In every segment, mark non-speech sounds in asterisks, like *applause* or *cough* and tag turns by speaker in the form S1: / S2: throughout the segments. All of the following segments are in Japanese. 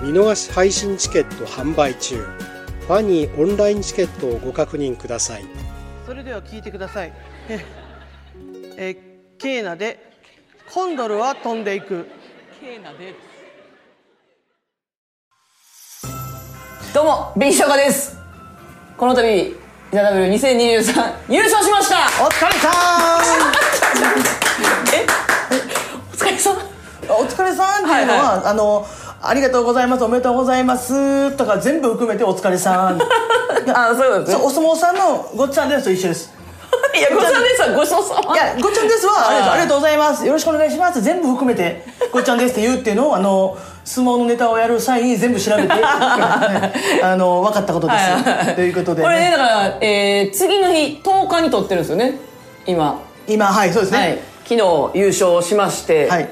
S1: 見逃し配信チケット販売中ファニーオンラインチケットをご確認ください
S2: それでは聞いてくださいえーえーケーナでコンドルは飛んでいく
S3: ケーナで
S4: どうも、紅しょです。この度、イナ W2023 優勝しました
S2: お疲れさ
S4: お疲れ様
S2: んお疲れさんっていうのは、
S4: は
S2: あのありがとうございますおめでとうございますとか全部含めてお疲れ *laughs* さん
S4: あ、そうなんです
S2: そう
S4: ね。
S2: お相撲さんのごっちゃんですと一緒です
S4: いや、ごちそうさん、ごちそうさま。
S2: いや、ごっちゃんですは、あれです
S4: あー
S2: ありがとうございます。よろしくお願いします。全部含めて、ごっちゃんですって言うっていうのを、あの、相撲のネタをやる際に全部 *laughs* 調べて、はいあの、分かったことです。ということで、
S4: これね、
S2: ね、
S4: だから、えー、次の日、10日に撮ってるんですよね。今。
S2: 今、はい、そうですね。
S4: はい。昨日優勝しまして、
S2: はい。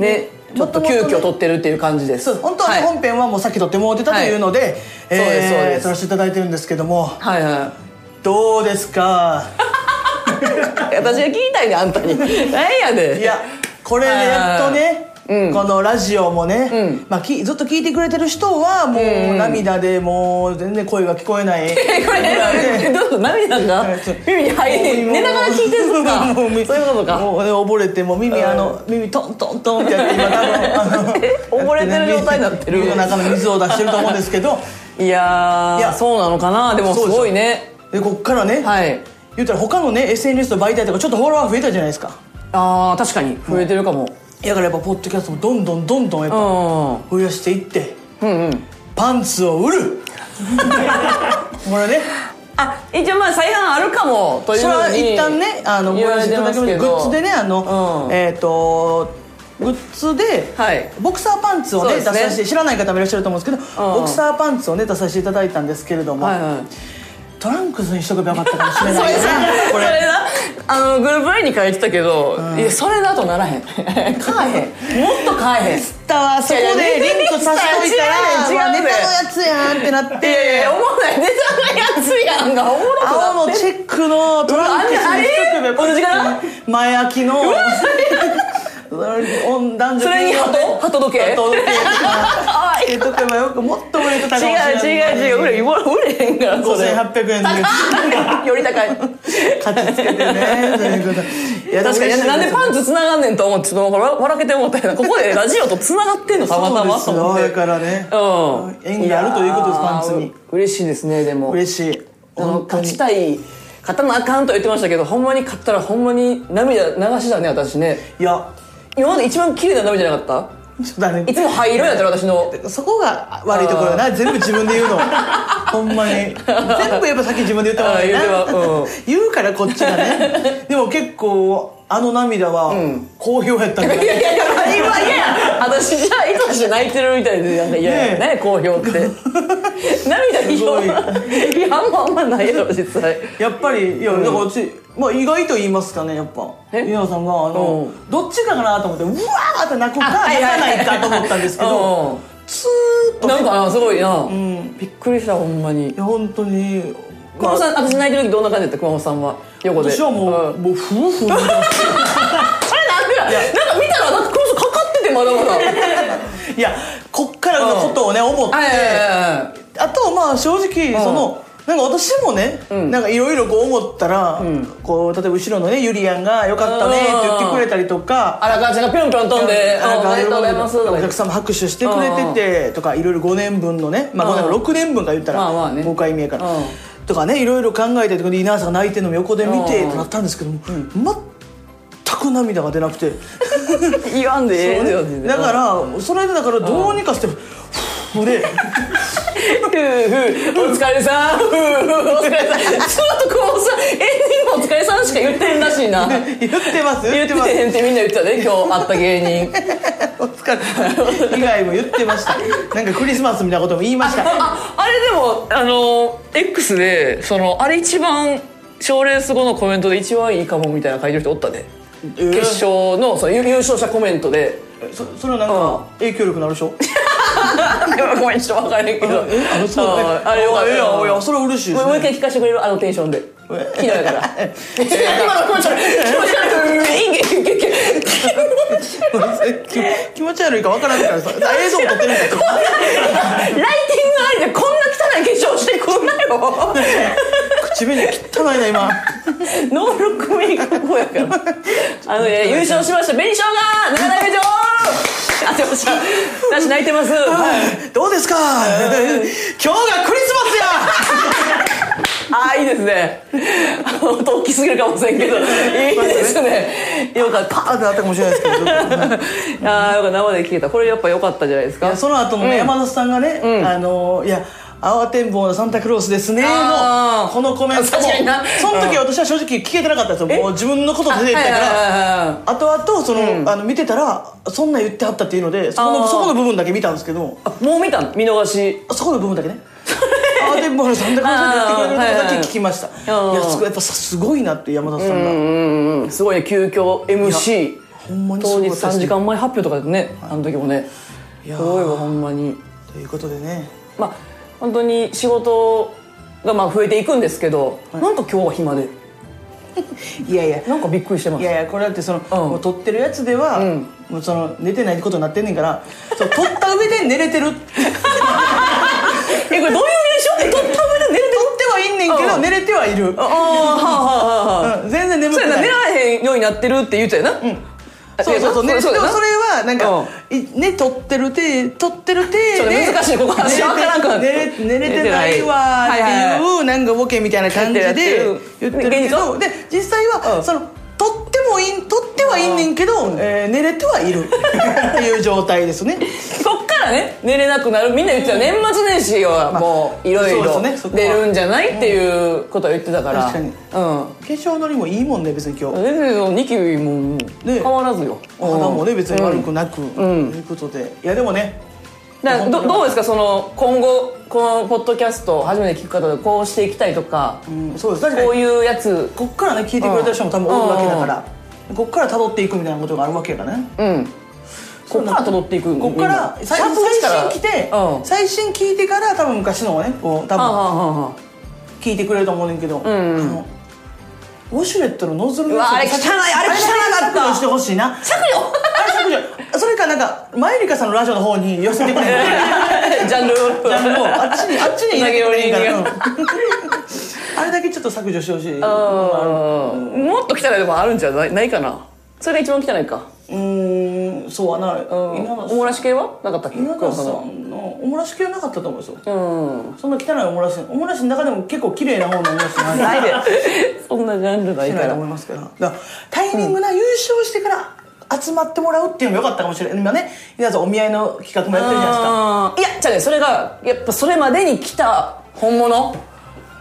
S4: ね、ちょっと急遽撮ってるっていう感じです。
S2: そうです本当はね、
S4: はい
S2: 本編はもうさっき撮ってもうてたというので、えー
S4: そうですそうです
S2: 撮らせていただいてるんですけども、
S4: はいはい。
S2: どうですか
S4: 私が聞きたいね、あんたに。なんやで。
S2: いやこれでやっとね、このラジオもね、まあ、きずっと聞いてくれてる人はもう、涙でもう全然声が聞こえないこ
S4: えこれ、どうぞ涙が耳に入って、 *laughs* 寝ながら聞いてるんです
S2: *laughs*
S4: かそういうことか。
S2: もうね溺れてもう耳、あの耳トントントンってやって今多分
S4: 溺れてる状態になって
S2: *laughs*
S4: る
S2: 耳の中の水を出してると思うんですけど
S4: いやー
S2: いや
S4: そうなのかなでもす
S2: そうでしょ
S4: ごいね
S2: でこっからね、
S4: はい
S2: 言ったら他のね SNS の媒体とかちょっとフォロワー増えたじゃないですか
S4: あー確かに増えてるかも
S2: だからやっぱポッドキャストもどんどんどんどんやっ
S4: う
S2: ぱ増
S4: ん、
S2: やしていって、パンツを売
S4: *laughs*
S2: るこれね
S4: あ一応まあ再販あるかもという
S2: それ
S4: ふ
S2: は
S4: うに
S2: 一旦ねあのご
S4: 言わ
S2: 覧
S4: れ
S2: い
S4: て
S2: ただ
S4: ま
S2: き
S4: す
S2: まし
S4: け
S2: た
S4: ど
S2: グッズでねあの、
S4: うん
S2: えっ、とグッズで、
S4: はい
S2: ボクサーパンツをね出
S4: そうです
S2: さ
S4: ね
S2: せて知らない方もいらっしゃると思うんですけど、
S4: うん
S2: ボクサーパンツをね出させていただいたんですけれども、
S4: はいはい
S2: トランクスにしとけばよかったかもしれ
S4: *laughs* そ
S2: ない
S4: れ
S2: ですねこ
S4: だそ
S2: れ
S4: れだあのグループラインに書いてたけど、いやそれだと
S2: *laughs*
S4: ならへん買えへんもっと買えへん
S2: だわそこ
S4: いや
S2: で
S4: いや
S2: リンクさせといたら
S4: 違
S2: う
S4: うね
S2: わ
S4: 違うね
S2: ネタのやつやんってなっ
S4: いやい
S2: て
S4: や思わないネタのやつやんがおもろくなって
S2: 青のチェックのトランクスにしとけばよか
S4: あれ
S2: った
S4: あ
S2: ね前開きの *laughs* 男女
S4: それに鳩鳩時計
S2: 鳩時計
S4: 可愛い
S2: ええとけばよくもっと売れてたかもし
S4: 違
S2: れな
S4: う違
S2: いう
S4: 違う売れ売れへんからそれ
S2: 5800円で
S4: 高いより高い
S2: 勝ちつけてね *laughs* ということでいや
S4: 確かになんでパン
S2: ツ
S4: ツつながんねんと思ってちょっとなんか笑笑けて思ったよ
S2: *laughs*
S4: なここでラジオとつながってんのたまたまと思って
S2: だからね
S4: うん
S2: 縁があるということですパンツに
S4: いやー嬉しいですねでも
S2: 嬉しい
S4: あの
S2: 本当
S4: 勝
S2: に
S4: ちたい勝たなあかんと言ってましたけどほんまに勝ったらほんまに涙流しだね私ね
S2: いや
S4: 今まで一番綺麗な涙じゃなかっ
S2: ちょっとだね
S4: たいつも灰色やったら私の
S2: そこが悪いところだな全部自分で言う
S4: *laughs*
S2: のほんまに全部やっぱさっき自分で言ったもんね
S4: あー言うてはうん
S2: 言うからこっちがね
S4: *laughs*
S2: でも結構あの涙は好評やったんだ
S4: いやいやいや今嫌や私じゃあ意図して泣いてるみたいでなんか嫌やね好評って
S2: *laughs*
S4: 涙批評いやあんまあんまないやろ実際
S2: やっぱりいやだからうち、まあ、意外と言いますかねやっぱ
S4: え
S2: 稲葉さんがあの、
S4: う
S2: どっちかなと思ってうわーって泣くか
S4: あはい
S2: 泣
S4: は
S2: か
S4: い
S2: ないかと思ったんですけ
S4: う
S2: ど
S4: ん
S2: ツーッと
S4: なんかなすごいな、
S2: ん
S4: びっくりしたほんまに
S2: いや本当に
S4: 熊本さん私泣いてる時どんな感じだった熊本さんは横で
S2: 私はもう、
S4: ん
S2: もうふうふ
S4: *laughs*
S2: う
S4: あれなんでやなんか見たらなんか熊本さんかかっててまだ
S2: *laughs*
S4: まだ
S2: いやこっからのことをね思って
S4: はいはいはいはい
S2: あとまあ正直その、なんか私もね、なんかいろいろこう思ったら、こう例えば後ろのねゆりやんが「よかったね」って言ってくれたりとか、
S4: 荒川ちゃんがぴょんぴょん飛んで「
S2: なん
S4: お
S2: か
S4: めでとうございます」とか
S2: お
S4: 言っ
S2: 客
S4: て
S2: さんも拍手してくれててとかいろいろ5年分のね、まあ、
S4: うん
S2: 5年分6年分か言ったら
S4: まあまあね
S2: 5回目やから
S4: うん
S2: とかねいろいろ考えてとかで稲葉さんが泣いてるのも横で見て
S4: うん
S2: となったんですけども全く涙が出なくて
S4: 言わんでええよ
S2: *laughs* だからそれでだからどうにかしてふうで
S4: ふうふうお疲れさんふうふうお疲れさんずっとこのさエンディングもお疲れさんしか言ってるらしいな言
S2: 言ってます言
S4: っ
S2: っててます
S4: へんってみんな言ってたね今日会った芸人
S2: お疲れ以外も言ってま *laughs* したなんかクリスマスみたいなことも言いました
S4: ああれでもあの X でそのあれ一番賞レース後のコメントで一番いいかもみたいな書いてる人おったで決勝のその優優勝者コメントで
S2: そそれはなんか影響力のあるでしょ
S4: ごめんちょっと分からへんけど
S2: あのそう
S4: ああれよかった
S2: い *laughs* やいやそれは嬉しいで
S4: もう
S2: す
S4: も
S2: ね
S4: う一回聞かせてくれるあのテンションで昨日やから今の気持ち悪い気持ち悪いいいいいいい
S2: 気気持ち悪いかわからんからさ映像も撮ってないから
S4: ライティングありでこんな汚い化粧してくんなよ
S2: 口紅汚いな今
S4: ノールックメイク後やからあのね優勝しました紅しょうが七大女王あってました私泣いてます、はい、
S2: *laughs* どうですか *laughs* 今日がクリスマスや
S4: ああいいですねあの大きすぎるかもしれんけどいいですねよかった
S2: パーってなったかもしれないですけどちょっと
S4: ああよかった生で聞けたこれやっぱ良かったじゃないです
S2: い
S4: か
S2: やその後のね、山里さんがね、あのいや慌てんぼうなサンタクロースですね
S4: あ
S2: の
S4: ー
S2: このコメントも
S4: 確かにな
S2: その時私は正直聞けてなかったんですよもう自分のこと出てきたから、
S4: ら
S2: 後々その、あの見てたらそんなん言ってはったっていうのでそこ
S4: あー
S2: のそこの部分だけ見たんですけど
S4: もう見たの見逃し
S2: そこの部分だ *laughs* けねあーでもサンタクロースでやってくれるのだけ聞きました
S4: あー
S2: いやすごいやっぱさすごいなって山里さんが、
S4: うんすごいね急遽 MC
S2: ほんまにす
S4: 当
S2: ごい
S4: 日3時間前発表とかでねあの時もねす
S2: やー
S4: ごいわほんまに
S2: ということでね
S4: まあ本当に仕事がまあ増えていくんですけどなんか今日は暇で
S2: いやいや
S4: なんかびっくりしてま
S2: い
S4: す
S2: やいやこれだってその、
S4: ん
S2: もう撮ってるやつでは、
S4: ん
S2: もうその寝てないことになってんねんからそう撮った上で寝れてる撮って
S4: えこれどういう現象え撮った上で寝るって
S2: はいんねんけど
S4: うん
S2: 寝れてはいる、
S4: ああはあはあはあはあ
S2: うん全然眠
S4: そ
S2: く
S4: う
S2: な
S4: やな寝
S2: い
S4: られへんようになってるって言ってたよなあ
S2: そうそうそう
S4: い
S2: 寝
S4: や
S2: れて
S4: そう
S2: で
S4: や
S2: も
S4: な
S2: それはなんか、いね撮ってる手撮ってる手
S4: ちょっと
S2: で
S4: 難しいここ話わからんくなる
S2: 寝れて寝れてないわーっていう、
S4: はいはい
S2: なんかボケみたいな感じ
S4: や
S2: で
S4: ってるやって
S2: 言
S4: る
S2: ってるけどで実際は、
S4: うん
S2: その撮ってもいい撮ってはいんねんけど、えー寝れてはいるっていう状態ですね
S4: そっからね寝れなくなるみんな言ってたよ年末年始はもういろい
S2: そ
S4: ろ
S2: うですねそこは
S4: 出るんじゃないっていうことは言ってたから
S2: 確かに
S4: うん
S2: 化粧のりもいいもんね別に今日
S4: 全然ニキビも
S2: ね
S4: 変わらずよ
S2: お肌もね別に悪
S4: うん
S2: くなく、
S4: ん
S2: ということでいやでもね
S4: だからどどうですかその今後このポッドキャストを初めて聞く方でこうしていきたいとか、
S2: うんそうです確かに
S4: こ
S2: こ
S4: ういうやつ
S2: っからね聞いてくれた人も多分おるわけだから、こっから辿っていくみたいなことがあるわけだからね
S4: うんこっから辿っていく
S2: こっから最
S4: 最
S2: 最新来て、
S4: うん
S2: 最新聞いてから多分昔のをねこう多
S4: あは
S2: 分
S4: あはあはあ
S2: 聞いてくれると思うねんけど、
S4: ん
S2: あのウォシュレットのノズルのやつ
S4: うわあれ汚いあれ汚かっ
S2: 削除
S4: た
S2: してほしいな
S4: 削除
S2: あれ削除それかなんかマユリカさんのラジオの方に寄せてくれる
S4: *laughs*
S2: *laughs*
S4: ジャンル
S2: ジャンルをあっち *laughs* にあっちに入れてくれへんから
S4: 投げ
S2: うんあれだけちょっと削除してほしい
S4: うんもっと汚いとこあるんじゃないないかなそれが一番汚いか、
S2: うーんそうはな
S4: うん、
S2: い稲田さ
S4: おもらし系はなかったっけ
S2: ん稲田さ
S4: 黒田
S2: んのおもらし系はなかったと思うんですよ
S4: さんうん
S2: そんな汚いおもらしおもらしの中でも結構綺麗な方のおもらしなんで
S4: な
S2: *laughs*
S4: いでそんなジャンルない
S2: し
S4: か
S2: ないと
S4: ら
S2: 思いますからだからタイミングな優勝してから集まってもらうっていうのも良かったかもしれない今ね皆さんお見合いの企画もやってるじゃないですか
S4: いやじゃあねそれがやっぱそれまでに来た本物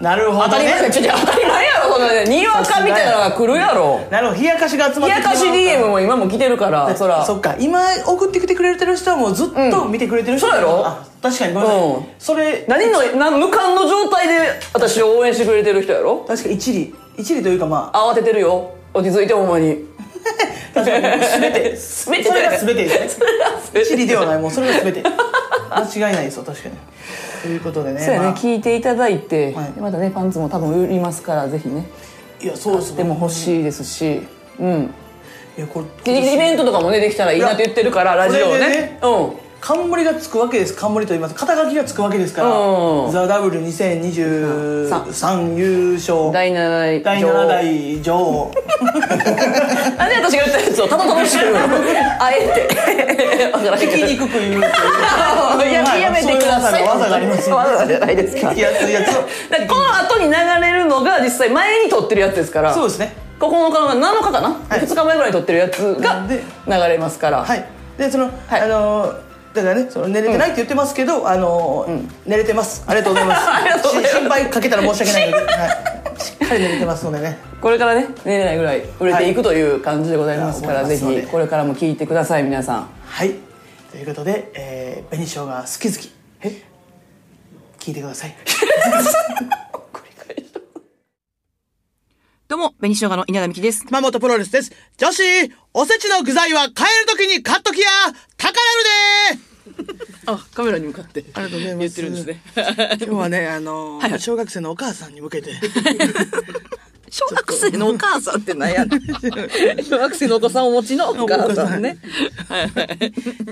S2: なるほ
S4: 当
S2: ど
S4: たり前
S2: ね
S4: ちょちょ当たり前やろそのねにわかみたいなのが来るやろ
S2: なるほど冷やかしが集ま
S4: 冷
S2: って
S4: や
S2: きてもらう
S4: かし DM も今も来てるからそら
S2: そっか今送ってきてくれてる人はもうずっと見てくれてる人、
S4: そうやろ
S2: あ確かにごめんなさい、
S4: うん
S2: それ
S4: 何のな無感の状態で私を応援してくれてる人やろ
S2: 確か一理一理というかまあ
S4: 慌ててるよ落ち着いてほんまに
S2: 確かに全て
S4: *laughs* 全て
S2: それが全て
S4: *laughs*
S2: ですね一理ではないいもうそれが全て間違いないですよ確かにということでね
S4: そうやね、
S2: まあ
S4: 聞いていただいて、
S2: はい
S4: またねパンツも多分売りますからぜひね
S2: いやそうです
S4: でも欲しいですしうん
S2: いやこれ
S4: でイベントとかもねできたらいいなって言ってるからラジオを
S2: こ
S4: ね
S2: れでね
S4: うん
S2: 冠がつくわけです冠と言います肩書きがつくわけですから
S4: う
S2: 「
S4: ん
S2: ザ・ w 2 0 3優勝
S4: 第7
S2: 第7代女王
S4: なんで私が言ったやつをただ楽しくあえてわからんけ
S2: 聞き
S4: ど
S2: にくく言うっていう
S4: ややめてくださ
S2: そうい
S4: い
S2: う技がありますよ
S4: わざわざじゃないですか
S2: 聞きやすいやつを
S4: *laughs* だからこの後に流れるのが実際前に撮ってるやつですから
S2: そうですね
S4: ここの日が7日かな、
S2: い
S4: 2日前ぐらいに撮ってるやつ
S2: な
S4: が
S2: んで
S4: 流れますから
S2: はいでその、
S4: はい
S2: あのーだからねその寝れてないって言ってますけど、あのー寝れてますありがとうございます
S5: ありがとうございます
S2: し心配かけたら申し訳ないので、はい、しっかり寝れてますのでね
S5: これからね寝れないぐらい売れていくという感じでございますか
S2: は
S5: ら、
S2: い
S5: ぜ
S2: 思いますので
S5: ひこれからも聞いてください皆さん
S2: はいということで、えー、紅生姜好き好きえ聞いてください
S4: どうも、紅生姜の稲田美希です。
S2: 熊本プロレスです女子おせちの具材は買えるときに買っときや高なるで
S5: あカメラに向かって
S2: ありがとうございます
S5: 言ってるんです
S2: ね *laughs* 今日はねあのー
S4: はいはい
S2: 小学生のお母さんに向け
S5: *laughs*
S2: て
S4: 小学生のお母さんってなん
S2: *laughs*
S4: やねん
S5: 小学生のお子さんをお持ちのお
S2: 母さんね。
S5: はいはい。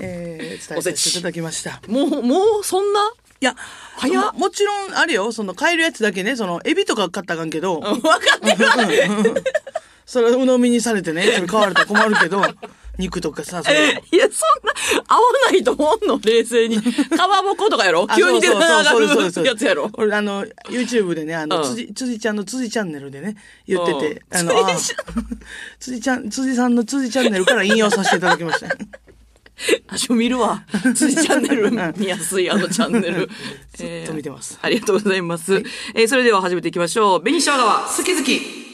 S2: えー、伝え
S5: おせ
S2: さ
S5: ち
S2: せていただきました。
S5: *laughs* もう、もうそんない
S2: や、
S5: 早っ
S2: ももちろん、あれよ、その、買えるやつだけね、その、エビとか買ったらあかんけど、
S5: 分かってる
S2: それ鵜呑みにされてね、それ買われたら困る
S5: *laughs*
S2: けど、肉とかさ、それ。
S5: いや、そんな、合わないと思うの、冷静に。かまぼことかやろ
S2: あ
S5: 急に出て
S2: そうそうそうそうそうそう
S5: 上がるやつやろ
S2: 俺、あの、YouTube でね、あ
S5: う
S2: の、
S5: ん
S2: 辻、辻ちゃんの辻チャンネルでね、言ってて、
S5: うん
S2: あの、あ
S5: 辻ち
S2: *laughs* 辻ちゃん、辻さんの辻チャンネルから引用させていただきま
S5: *laughs*
S2: した。
S5: 私も見るわ。 *laughs* 辻チャンネル、見やすい、あのチャンネル。ず
S2: っと見てます
S5: ありがとうございます。えーそれでは始めていきましょう。紅生姜は好き好き。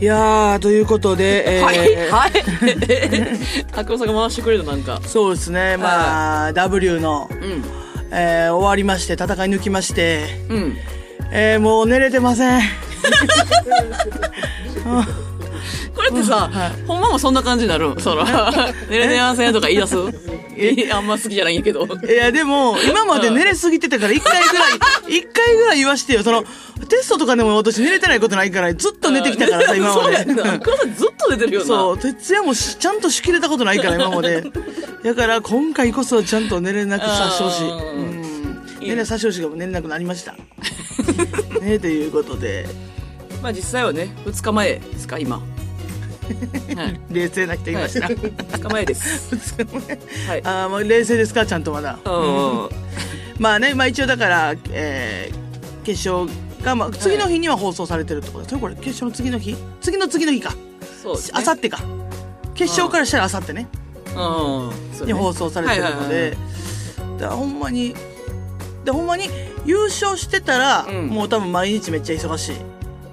S2: いやー、ということで、えー
S5: はい、はい。 *laughs* あくまさんが回してくれるなんか。
S2: そうですね、まあ、W の、
S5: うん。
S2: えー終わりまして、戦い抜きまして、
S5: うん。
S2: えー、もう寝れてません。
S5: これってさ、ほんまもそんな感じになるその、寝れてませんとか言い出すいやあんま好きじゃないんやけど。
S2: いや、でも、今まで寝れすぎてたから、一回ぐら
S5: *laughs*
S2: い、一回ぐらい言わしてよ。その、テストとかでも私寝れてないことないから、ずっと寝てきたからさ、今ま
S5: *laughs* そうやんなあ
S2: で。
S5: くまさんずっと寝てるよな。
S2: そう、徹夜もしちゃんとしきれたことないから、今まで。だから、今回こそちゃんと寝れなくさしてほしい。
S5: あー
S2: うん寝れさしてほしいが寝れなくなりま
S5: *laughs*
S2: した。ね、ということで、
S5: まあ実際はね、2日前です
S2: *laughs*
S5: か、今。はい。
S2: 冷静な人いました。
S5: 2日前です。
S2: *laughs*
S5: はい。
S2: あーもう冷静ですか、ちゃんとまだ。
S5: うん。
S2: まあね、まあ一応だから、えー決勝が、まあ、次の日には放送されてるってことですよ、これ。決勝の次の日次の次の日か。
S5: そうですね。
S2: あさってか。決勝からしたらあさってね、
S5: うん。そう
S2: に
S5: ね
S2: 放送されてるの
S5: はいはい
S2: で、だからほんまに、でほんまに優勝してたら、
S5: うん
S2: もう多分毎日めっちゃ忙しい。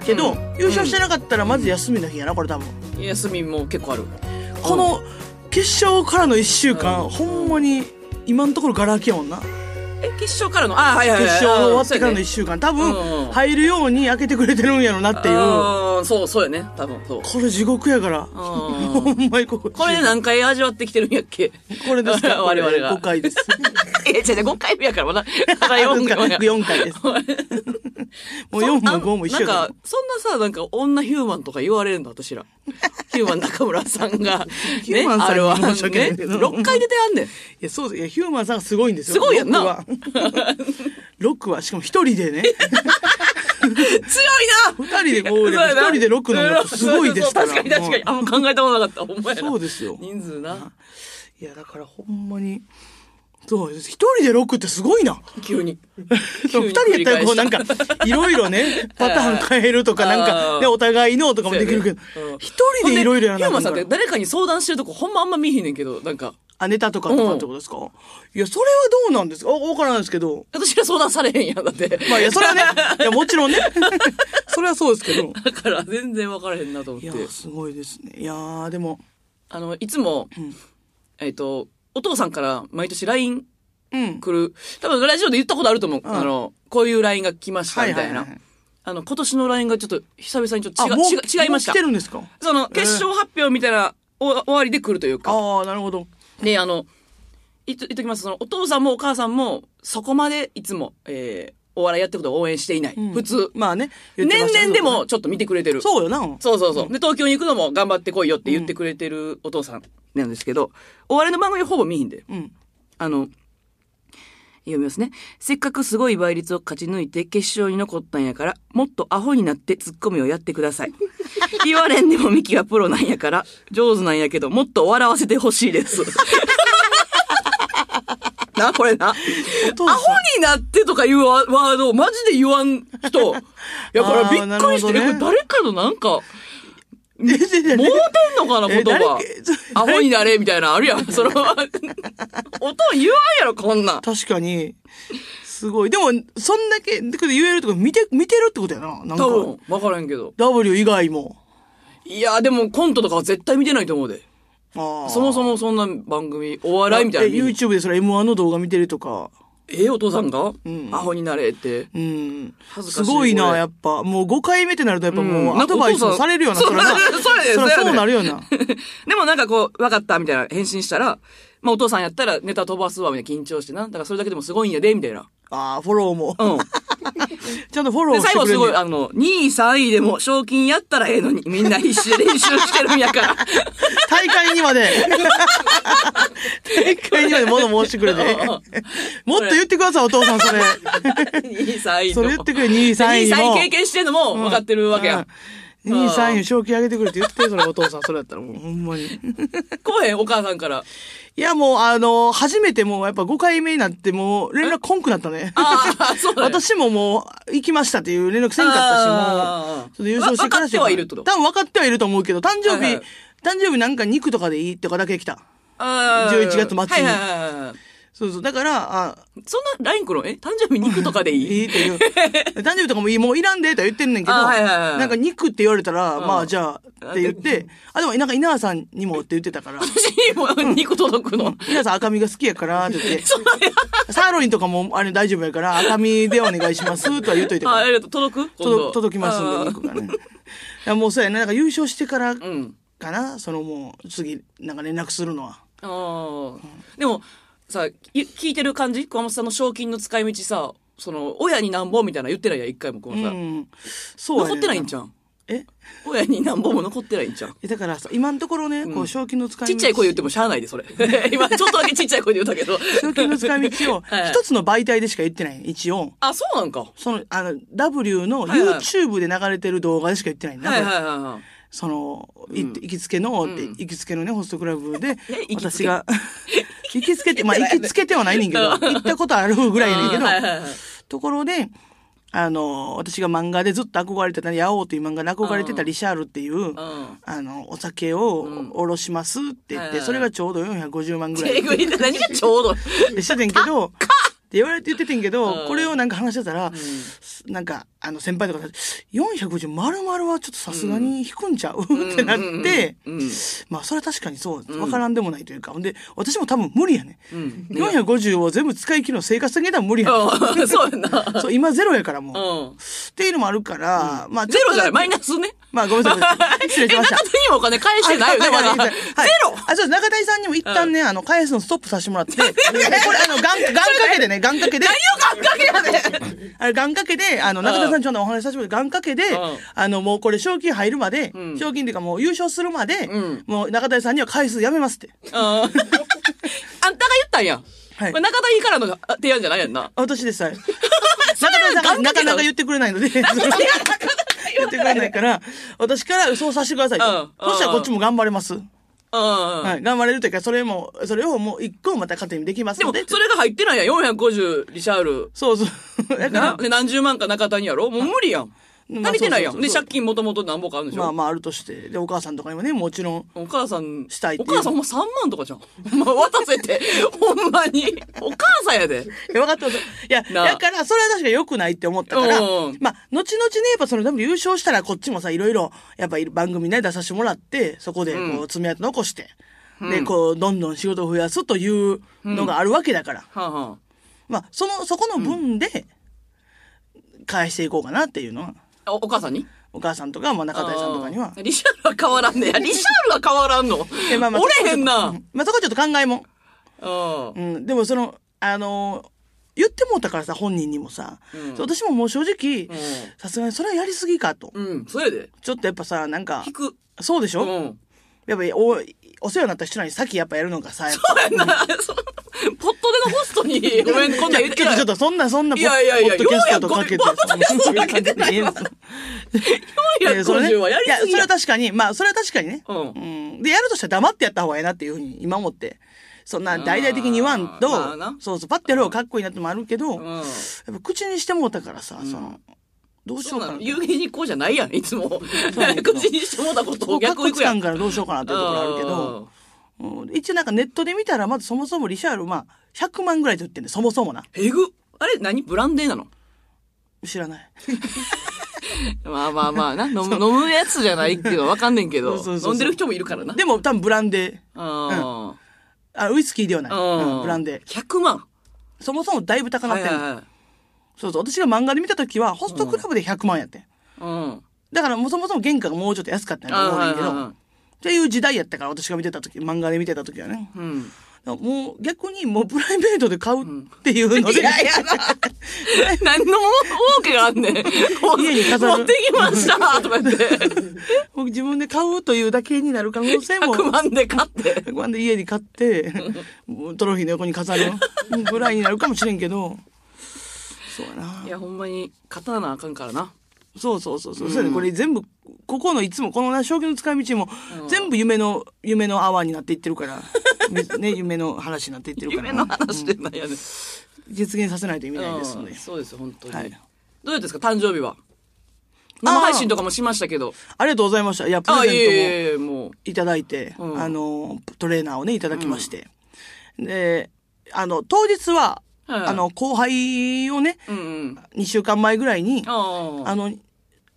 S2: けど、
S5: うん
S2: 優勝してなかったらまず休みの日やな、これ多分。
S5: はい休みも結構ある。
S2: この決勝からの1週間、ほんまに今のところガラ空きやもんな。
S5: え、決勝からの、あ、はいはい
S2: 決
S5: はい。
S2: 勝終わってからの1
S5: っ
S2: 週間、多
S5: うんう
S2: 分
S5: ん
S2: 入るように開けてくれてるんやろなっていう。
S5: うん、そう、そうやね。多分、そう。
S2: これ地獄やから。
S5: うん
S2: ほんまにここ。
S5: これで何回味わってきてるんやっ
S2: *laughs*
S5: け
S2: これですから。
S5: *laughs* 我々が
S2: 5回です。
S5: え、じゃじゃ5回目やから、まだ、まだ4回目や。
S2: 4回
S5: *laughs*
S2: です。もう4も5も一緒や
S5: なん
S2: か
S5: か、そんなさ、なんか、女ヒューマンとか言われるんだ、
S2: *laughs*
S5: 私ら。ヒューマン中村さんが、
S2: ヒューマンさんに
S5: ね、あれは
S2: 申し訳ないけど
S5: ね、6回出てあんねん。
S2: いや、 *laughs* そうです。いや、ヒューマンさんがすごいんですよ。
S5: すごいやんな
S2: *laughs* 6は、しかも一人で
S5: *laughs*
S2: ね、
S5: 強いな
S2: 二人で5で、
S5: そうや
S2: 一
S5: な
S2: 人で6のやつすごいですから。
S5: そうそうそう *laughs* 確かに確かに。あんま考えたことなかった、ほんまやな。
S2: そうですよ
S5: *laughs* 人数な。
S2: に。いや、だからほんまに。そうです。一人で6ってすごいな。
S5: 急に。急に
S2: 二人やったらこう
S5: 繰り返した
S2: なんか、いろいろ
S5: *laughs*
S2: ね、パターン変えるとか、なんか、
S5: うん
S2: ね、お互いのとかもできるけど
S5: そうやねうん、
S2: 一人でいろいろやら
S5: ヒュ
S2: な
S5: ーマ
S2: あ
S5: ン
S2: か
S5: さん
S2: ん
S5: っ
S2: か
S5: て
S2: ら。
S5: 誰かに相談してるとこほんまあんま見えへんねんけど、なんか、
S2: あ、ネタとかとかってことですかいや、それはどうなんですかわわからないですけど。
S5: 私ら相談されへんやん、だって。
S2: まあ、いや、それは
S5: *laughs*
S2: ね、いや、もちろんね。それはそうですけど。
S5: だから全然分からへんなと思っ
S2: い
S5: て
S2: や。、すごいですね。いやー、でも、
S5: あの、いつも、えっ、と、お父さんから毎年 LINE
S2: うん。
S5: 来る。多分ラジオで言ったことあると思う。あの、こういう LINE が来ましたみたい
S2: はい
S5: な。
S2: はいはい
S5: あの、今年の LINE がちょっと久々にちょっと
S2: あ
S5: 違う
S2: もう
S5: 違う違いまし
S2: もう来
S5: た
S2: て。るんですか
S5: その、決勝発表みたいな、お終わりで来るというか。
S2: ああ、なるほど。
S5: で、あの、言っと言っときます。その、お父さんもお母さんも、そこまでいつも、えー、お笑いやってることを応援していない。普通。
S2: まあね。言ってま
S5: 年
S2: したね
S5: 々でも、ちょっと見てくれてる。
S2: そうよな。う
S5: そうそうそう。で、東京に行くのも頑張ってこいよって言ってくれてるお父さんなんですけど、お笑いの番組ほぼ見ひんで。
S2: ん。
S5: あの、読みますね。せっかくすごい倍率を勝ち抜いて決勝に残ったんやから、もっとアホになってツッコミをやってくだ
S2: *laughs*
S5: さい。言われんでもミキはプロなんやから、
S2: *laughs*
S5: 上手なんやけど、もっと笑わせてほしいです。な、これな。アホ
S2: 父さん
S5: になってとかいうワワードをマジで言わん
S2: *laughs*
S5: 人。やか
S2: あ
S5: ら
S2: ー
S5: びっくりして、
S2: なるほ
S5: えこ
S2: ど
S5: れ誰かのなんか、
S2: えでで
S5: 盲点のかな、
S2: え
S5: 言葉
S2: 誰か。
S5: アホになれ、みたいな、あるやん。それは。音言わんやろ、こんなん。
S2: 確かに、すごい。でも、そんだけ、でこれ言えるってこと、見て、見てるってことやな。なんか
S5: 多、分、わからんけど。
S2: W 以外も。
S5: いや、でもコントとかは絶対見てないと思うで。
S2: ああ
S5: そもそもそんな番組、お笑いみたい
S2: え
S5: なの見る。
S2: YouTube でそれ M1 の動画見てるとか。
S5: えお父さんが、アホになれって。
S2: うん。
S5: 恥ず
S2: す
S5: かしい
S2: ごい
S5: こ
S2: な、
S5: れ
S2: やっぱ。もう5回目ってなると、やっぱも
S5: う
S2: う、
S5: ん
S2: アドバイス
S5: な
S2: も
S5: んかお父さん
S2: されるような。
S5: そう
S2: りゃな
S5: そうやね
S2: そりゃ
S5: そうやね
S2: そうなるよな。
S5: でもなんかこう、わかったみたいな返信したら、まあお父さんやったらネタ飛ばすわみたいな緊張してな。だからそれだけでもすごいんやで、みたいな。
S2: ああ、フォローも。
S5: うん。
S2: ちゃんとフォロー
S5: で、
S2: して
S5: 最
S2: く
S5: 後
S2: れ
S5: す
S2: る、
S5: ごい、あの、2位、3位でも賞金やったらええのに、みんな必死で練習してるんやから。
S2: 大会にまで。大会にまで物申してく
S5: *laughs*
S2: れて。もっと言ってください、お父さん、それ。
S5: 2位、3位の。
S2: それ言ってくれ、2位、3位
S5: 2位、3
S2: も。
S5: 位経験してんのも分かってるわけやん。
S2: うん。2位、3位の賞金上げてくれって言って、それお父さん、それやったらもう、ほんま
S5: *laughs*
S2: に。
S5: こうへん、お母さんから。
S2: いや、もう、あの、初めてもう、やっぱ5回目になって、もう、連絡こんくなったね。
S5: *laughs* ああ、そうだ、ね。
S2: 私ももう、行きましたっていう連絡せんかったし、もう。
S5: あー
S2: その優勝してからして
S5: わ分かってはいるってこと
S2: 多分分かってはいると思うけど、誕生日、
S5: はいはい
S2: 誕生日なんか肉とかでいいとかだけ来た。
S5: あー
S2: 11月末に
S5: はいはいはいはいはい。
S2: そうそう。だから、あ、
S5: そんな、ライン来るのえ誕生日肉とかでい
S2: い
S5: い
S2: いっていう。
S5: *laughs*
S2: 誕生日とかもいい、もういらんでとは言ってんねんけど、
S5: あはいはいはい
S2: なんか肉って言われたら、
S5: ん
S2: まあじゃあって言って、あ、でもなんか稲葉さんにもって言ってたから、
S5: *laughs* 私にも肉届くの。
S2: 稲葉さん赤身が好きやからって
S5: *laughs*
S2: 言って、サーロインとかもあれ大丈夫やから、赤身でお願いしますとは言っといて
S5: あ、
S2: か
S5: あ
S2: ら、
S5: りがとう。届く今
S2: 届
S5: 度
S2: 届きますん
S5: あー
S2: で、肉がね。いやもうそうやね。なんか優勝してから
S5: うん。
S2: かな、そのもう次、なんか連絡するのは。
S5: あーでも、さ、い聞いてる感じ小松さんの賞金の使い道さ、その、親になんぼみたいなの言ってないやん、一回もこの
S2: う
S5: さ。
S2: ん。そうやね
S5: 残ってないんじゃん。
S2: え
S5: 親になんぼも残ってないんじゃん。
S2: えだからさ今のところね、こう賞金の使い
S5: ち
S2: 道
S5: っちゃい声言ってもしゃあないで、それ。
S2: *laughs*
S5: 今、ちょっとだけちっちゃい声で言ったけど。
S2: 賞金の使い道
S5: *laughs*
S2: を
S5: はい
S2: 一つの媒体でしか言ってない一応
S5: あ、そうなんか。は
S2: そのあの W の
S5: はいはい
S2: YouTube で流れてる動画でしか言ってないん
S5: い
S2: だ、
S5: はい
S2: これ
S5: はいはい。
S2: その、い行きつけのって、行きつけのねホストクラブで
S5: *laughs* 行きつ
S2: 私
S5: け
S2: が行きつけってまあ行きつけてはないねんけど行ったことあるぐらいやねんけど、
S5: あーはいはいはい
S2: ところであの私が漫画でずっと憧れてた「ヤオウ」という漫画で憧れてたリシャールっていう、
S5: ん
S2: あのお酒をおろしますって言って、
S5: はいはい
S2: それがちょうど450万ぐらい
S5: えぐいな何がちょうど。
S2: でしててんけど、って言われて言っててんけど、これをなんか話してたら、なんか、あの先輩とかで、450丸々はちょっとさすがに引くんちゃう、ってなって、まあそれは確かにそう、わからんでもないというか、ほんで、私も多分無理やね、ん。450を全部使い切るの生活的には無理やねん。
S5: うんそうやんな。
S2: そう、今ゼロやからもう。
S5: うん。
S2: っていうのもあるから、まあ
S5: ゼロじゃない、マ
S2: 毎
S5: イ
S2: 日
S5: ナスね。
S2: まあごめんなさい。失礼しました
S5: *laughs* え、。中にもお金返してないよね、まだ。
S2: はい
S5: ゼロ
S2: あ、そうです。中谷さんにも一旦ね、あの、返すのストップさせてもらって、これ、あの、願願掛けでね、願掛けで。あれ、願掛けで、あの、中田さんちょうどお話しさせてもらって、願掛けで
S5: うん、
S2: あの、もうこれ、賞金入るまで、賞金っていうかもう優勝するまで、もう中谷さんには返すやめますって。
S5: うん。あんたが言ったんやん。
S2: はい
S5: これ中田いいからのあ提案じゃないやんな。
S2: 私です、
S5: *laughs*
S2: はい。中谷さんがなかなか言ってくれないので、言ってくれないから、私からそうさせてくださいと。
S5: うん
S2: そしたらこっちも頑張れます。
S5: うん。
S2: はい、頑張れるというか、それも、それをもう一個また糧にできます
S5: で
S2: の
S5: も、
S2: で。
S5: それが入ってないやん。450、リシャール。
S2: そうそう。 *laughs* だから
S5: な、で、何十万か中田にやろもう無理やん。
S2: まあ
S5: 足りてないや
S2: そ
S5: ん。
S2: うそ
S5: で、
S2: うそう
S5: 借金もともと何本かあるんでしょ
S2: まあまああるとして。で、お母さんとかにもね、もちろん。
S5: お母さん、
S2: したいって
S5: お
S2: いう
S5: 母さんほんま3万とかじゃん。ほんま渡
S2: *laughs*
S5: せて。ほんまに。お母さんやで。
S2: え分かった分かった。い
S5: な
S2: や、
S5: あ
S2: だから、それは確か良くないって思ったから、まあ、
S5: うん
S2: 後々ね、やっぱその、多分優勝したらこっちもさ、いろいろ、やっぱ番組ね、出させてもらって、そこでこう、爪痕残して、で、こう、どんどん仕事を増やすというのがあるわけだから、
S5: はんはん。
S2: まあ、その、そこの分で、返していこうかなっていうのは、
S5: おお母さんに
S2: お母さんとか、まあ、中谷さんとかには
S5: あー。リシャールは変わらんね
S2: *laughs*
S5: や。リシャールは変わらんの。
S2: えまあまあ
S5: 折れへんな。
S2: う
S5: うん
S2: んまあ、そこはちょっと考えもん。
S5: あ
S2: うん、でもその、あの言ってもうたからさ、本人にもさ、そう私ももう正直
S5: ん、
S2: さすがにそれはやりすぎかと。
S5: うん、それで。
S2: ちょっとやっぱさ、なんか
S5: 引、く。
S2: そうでし
S5: う
S2: ょ、
S5: ん。 *laughs*
S2: やっぱお、お世話になった人らに先やっぱやるのがさ、やっぱ
S5: そうやんな。そのポットでのホストに、ごめん、こんなん
S2: いや
S5: 言っ
S2: ち
S5: て
S2: ょっと
S5: ない
S2: ちょっと、そんな、そんな、
S5: いやいやいや
S2: ポッドキャストとかけて。
S5: ようやくポッドキャストかけてな
S2: *laughs*
S5: い
S2: いやそれね
S5: 450はや
S2: い
S5: りすぎ
S2: やそれ
S5: や
S2: は確かに、まあ、それは確かにね。
S5: うん
S2: んで、やるとしたら黙ってやった方がええなっていうふうに今思って。そんな大々的に言わんと、
S5: うんまあな
S2: そうそう、パッてやろうかっこいいなってのもあるけど、やっ
S5: うん。
S2: ぱ口にしてもうたからさ、その、どうしよ
S5: そう
S2: うか
S5: な
S2: な
S5: の。。有言実行じゃないやん、いつも。
S2: なの
S5: 口にしてもうたことを
S2: かっ
S5: 逆を
S2: こ
S5: い
S2: つ
S5: くや
S2: か
S5: ん。
S2: んからどうしようかなっていうところあるけど、うん一応なんかネットで見たら、まずそもそもリシャール、まあ、100万ぐらいで売ってんで、そもそもな。
S5: うん。えぐ。あれ何ブランデーなの
S2: 知らない。
S5: まあまあまあな。飲む、飲むやつじゃないっていうのはわかんねんけど。
S2: *laughs* そうそうそうそう
S5: 飲んでる人もいるからな。
S2: でも多分ブランデー。
S5: あ
S2: あ、ウイスキーではない。
S5: ー
S2: うんブランデー。
S5: 100万。
S2: そもそもだいぶ高なっ
S5: は
S2: て
S5: い
S2: ん
S5: は
S2: の
S5: いは
S2: そうそう。私が漫画で見た時は、ホストクラブで100万やってん。
S5: い。うん。
S2: だからもうそもそも原価がもうちょっと安かったんやと思うねんけ
S5: あはいはいはい
S2: ど。っていう時代やったから、私が見てた時、漫画で見てた時はね。
S5: うん。
S2: だからもう逆にもうプライベートで買うっていうの
S5: い
S2: で、
S5: やいや
S2: *laughs*
S5: な。何の儲けがあんねん。
S2: 家に飾る
S5: 持ってきましたとか言って。
S2: 僕自分で買うというだけになる可能性 *laughs* も。
S5: 100万で買って。。
S2: 100万で家に買って、トロフィーの横に飾るぐらいになるかもしれんけど。そうやない
S5: や、ほんまに、勝たなあかんからな。
S2: そうそうそうそう。そうやねこれ全部、ここのいつも、このな将棋の使い道も、全部夢の、夢の泡になっていってるから、 *laughs* ね、夢の話になっていってるから。
S5: 夢の話でなんやねん。
S2: 実現させないと意味ないですので
S5: うん。そうです、本当に。
S2: はい
S5: どうやったですか、誕生日は。生配信とかもしましたけど。
S2: ありがとうございました。いや、プ
S5: あ、いえい
S2: レゼントも
S5: えいえ、もう。
S2: いただいて、
S5: うん
S2: あの、トレーナーをね、いただきまして。で、あの、当日は、
S5: はい
S2: あの、後輩をね、
S5: うんうん。
S2: 2週間前ぐらいに、
S5: ああ。
S2: あの、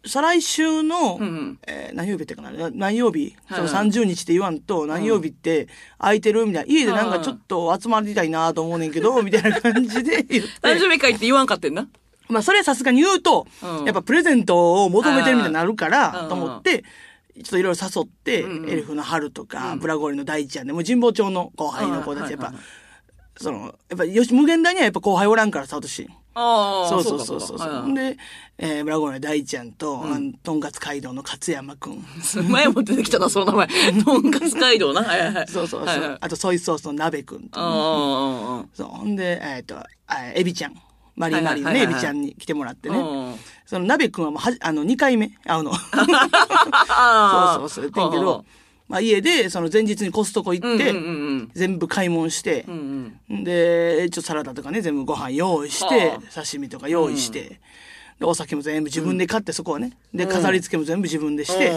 S2: 再来週の、
S5: うんうん
S2: えー何曜日ってかなな何曜日、
S5: はいはい
S2: その30日って言わんと、何曜日って空いてるみたいな。家でなんかちょっと集まりたいなと思うねんけど、
S5: *laughs*
S2: みたいな感じで言っ
S5: 誕
S2: て。
S5: 生日会って言わんかってんな。
S2: まあ、それさすがに言うと、
S5: うん
S2: やっぱプレゼントを求めてるみたいになるか
S5: うん
S2: ら、と思って、ちょっといろいろ誘って、
S5: うんうん
S2: エルフの春とか、ブラゴリの大地やね、もう神保町の後輩の子たち、
S5: う
S2: や
S5: ん
S2: っ
S5: はいは
S2: ぱ
S5: いはい、
S2: その、やっぱ、よし、無限大にはやっぱ後輩おらんからさ、私。
S5: ああ。
S2: そうそうそうそう。
S5: かか
S2: ほ
S5: は
S2: ん
S5: い
S2: で、えー、村越の大ちゃんと、あのとんかつ街道の勝山くん。
S5: はい *laughs* 前も出てきたな、その
S2: *laughs*
S5: 名前。とんかつ街道な。はいはいはい。
S2: そうそうそう。
S5: はいはい
S2: あと、ソイソースの鍋くんと。
S5: あ
S2: そう。ほんで、えっ、と、あエビちゃん。マリーマリーの
S5: はい
S2: ね、
S5: は
S2: エビ
S5: いはいはい
S2: ちゃんに来てもらって
S5: あ。
S2: ね。
S5: ね。
S2: その鍋くんはもうはじ、あの、2回目会うの。
S5: ああ。
S2: そうそうそう。やってんけど、まあ家で、その前日にコストコ行
S5: う
S2: っ
S5: ん。うんう
S2: て、
S5: んうん。
S2: 全部買い物して
S5: う、ん
S2: で、ちょっとサラダとかね、全部ご飯用意して
S5: は、
S2: 刺身とか用意して、で、お酒も全部自分で買って、そこはね。で、飾り付けも全部自分でして、
S5: うん。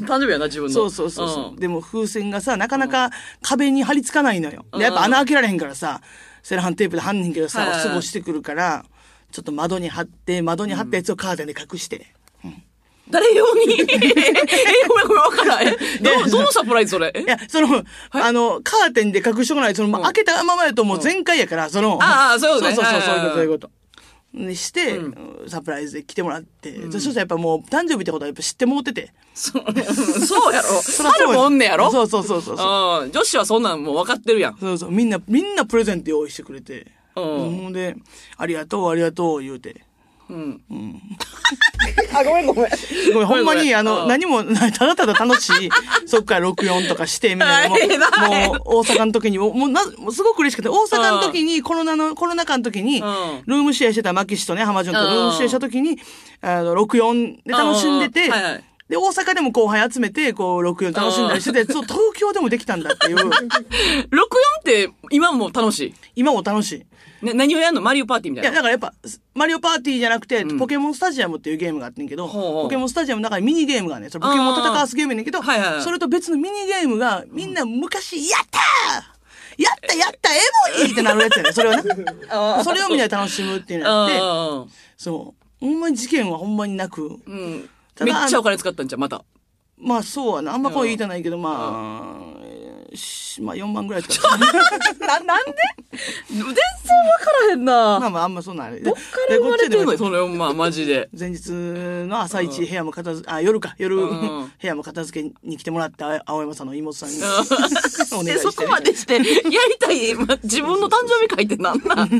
S5: *laughs* 誕生日やな、自分の。
S2: そうそうそうそう、
S5: ん
S2: でも風船がさなかなか壁に張り付かないのよ、でやっぱ穴開けられへんからさセロハンテープで貼んねんけど
S5: はいはい
S2: さ
S5: はい
S2: すごしてくるからちょっと窓に貼って窓に貼ったやつをカーテンで隠して、
S5: 誰用に *laughs* え、ごめんごめん、わからん。え、どう、
S2: で
S5: どのサプライズそれ
S2: *laughs*
S5: え
S2: いやその、あのカーテンで隠しとかないその、ま開けたままやともう全開やからその、
S5: ああそういうことね
S2: そうそう
S5: はいはいはい
S2: そうそういうことそういうことにして、サプライズで来てもらって、そしたらやっぱもう誕生日ってことはやっぱ知ってもうてて
S5: そうそうやろ。
S2: そらそう
S5: 猿もおんねやろ
S2: そうそうそうそうそう
S5: うん女子はそんなんもう分かってるやん。
S2: そうそう、みんな、みんなプレゼント用意してくれて。
S5: うん
S2: ほんで、ありがとう、ありがとう、言うて。
S5: うん。
S2: *laughs* ごめん、ほんま
S5: ごめんごめ
S2: に、
S5: ん
S2: あの、
S5: うん
S2: 何も *laughs* ない、ただただ楽しい、そっから64とかして、みたいな。も
S5: 大変だ
S2: う、もう大阪の時に、もう、もうなもうすごく嬉しくて、大阪の時に、コロナの、コロナ禍の時に、
S5: うん
S2: ルームシェアしてたマキシとね、浜淳とルームシェアした時に、あの、64で楽しんでて、
S5: うんはいはい
S2: で、大阪でも後輩集めて、こう、64楽しんだりしてて、そう、東京でもできたんだっていう、
S5: 64って今も楽し
S2: 今も楽しい。
S5: い。ね、何をやんのマリオパーティーみ
S2: い
S5: た
S2: や、
S5: いな。
S2: だからやっぱ、マリオパーティーじゃなくて、ポケモンスタジアムっていうゲームがあってんけど、
S5: ほうほう
S2: ポケモンスタジアムの中にミニゲームがね、それポケモンを戦わすゲームやねんけど、
S5: あーはいはいはい
S2: それと別のミニゲームが、みんな昔、やったーやったやったエモいってなるやつやね
S5: *laughs*
S2: んそれをね。それをみんなで楽しむっていうのやって、
S5: あ
S2: そう。ほんまに事件はほんまになく。
S5: ーうん。
S2: た
S5: め
S2: だ
S5: っちゃお金使ったんじゃん、また。
S2: まあそうはな、あんま声言いたないけど、まあ、しまあ4万ぐら
S5: *laughs*
S2: いしか。
S5: な、なんで全然分からへんな。
S2: まあまああんまそんなんあれ。
S5: どっから生まれてん
S2: でこっちでも
S5: のそのまあマジで。
S2: 前日の朝一部屋も片付け、あ、夜か、夜、
S5: ん
S2: *laughs* 部屋も片付けに来てもらった青山さんの妹さんに *laughs* お願い
S5: で、
S2: して、
S5: そこまでして、やりたい、 *laughs* ま自分の誕生日会ってなんなん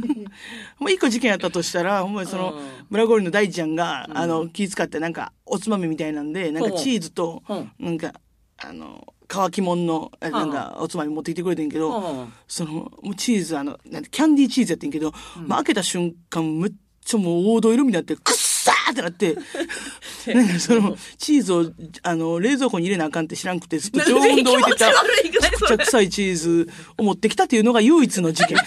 S2: もう一個事件やったとしたら、ほんまにその、村ゴリの大ちゃんが、あの、気遣ってなんか、おつまみみたいなんで、なんか
S5: ほう
S2: チーズと
S5: ほう、
S2: なんか、あの、乾き物の、あなんか、おつまみ持ってきてくれてんけ
S5: ほ
S2: ど
S5: う、
S2: その、もうチーズ、あの、なんてキャンディーチーズやってんけど、まあ開けた瞬間、めっちゃもう大戸色みたいになって、くっさーーってな *laughs* って、なんかその、チーズを、あの、冷蔵庫に入れなあかんって知らんくて、ずっと常温で置いてた、
S5: 気
S2: め
S5: 持ち悪いぐらい
S2: *laughs*
S5: それ
S2: っちゃ臭いチーズを持ってきたっていうのが唯一の事
S5: *laughs*
S2: 件。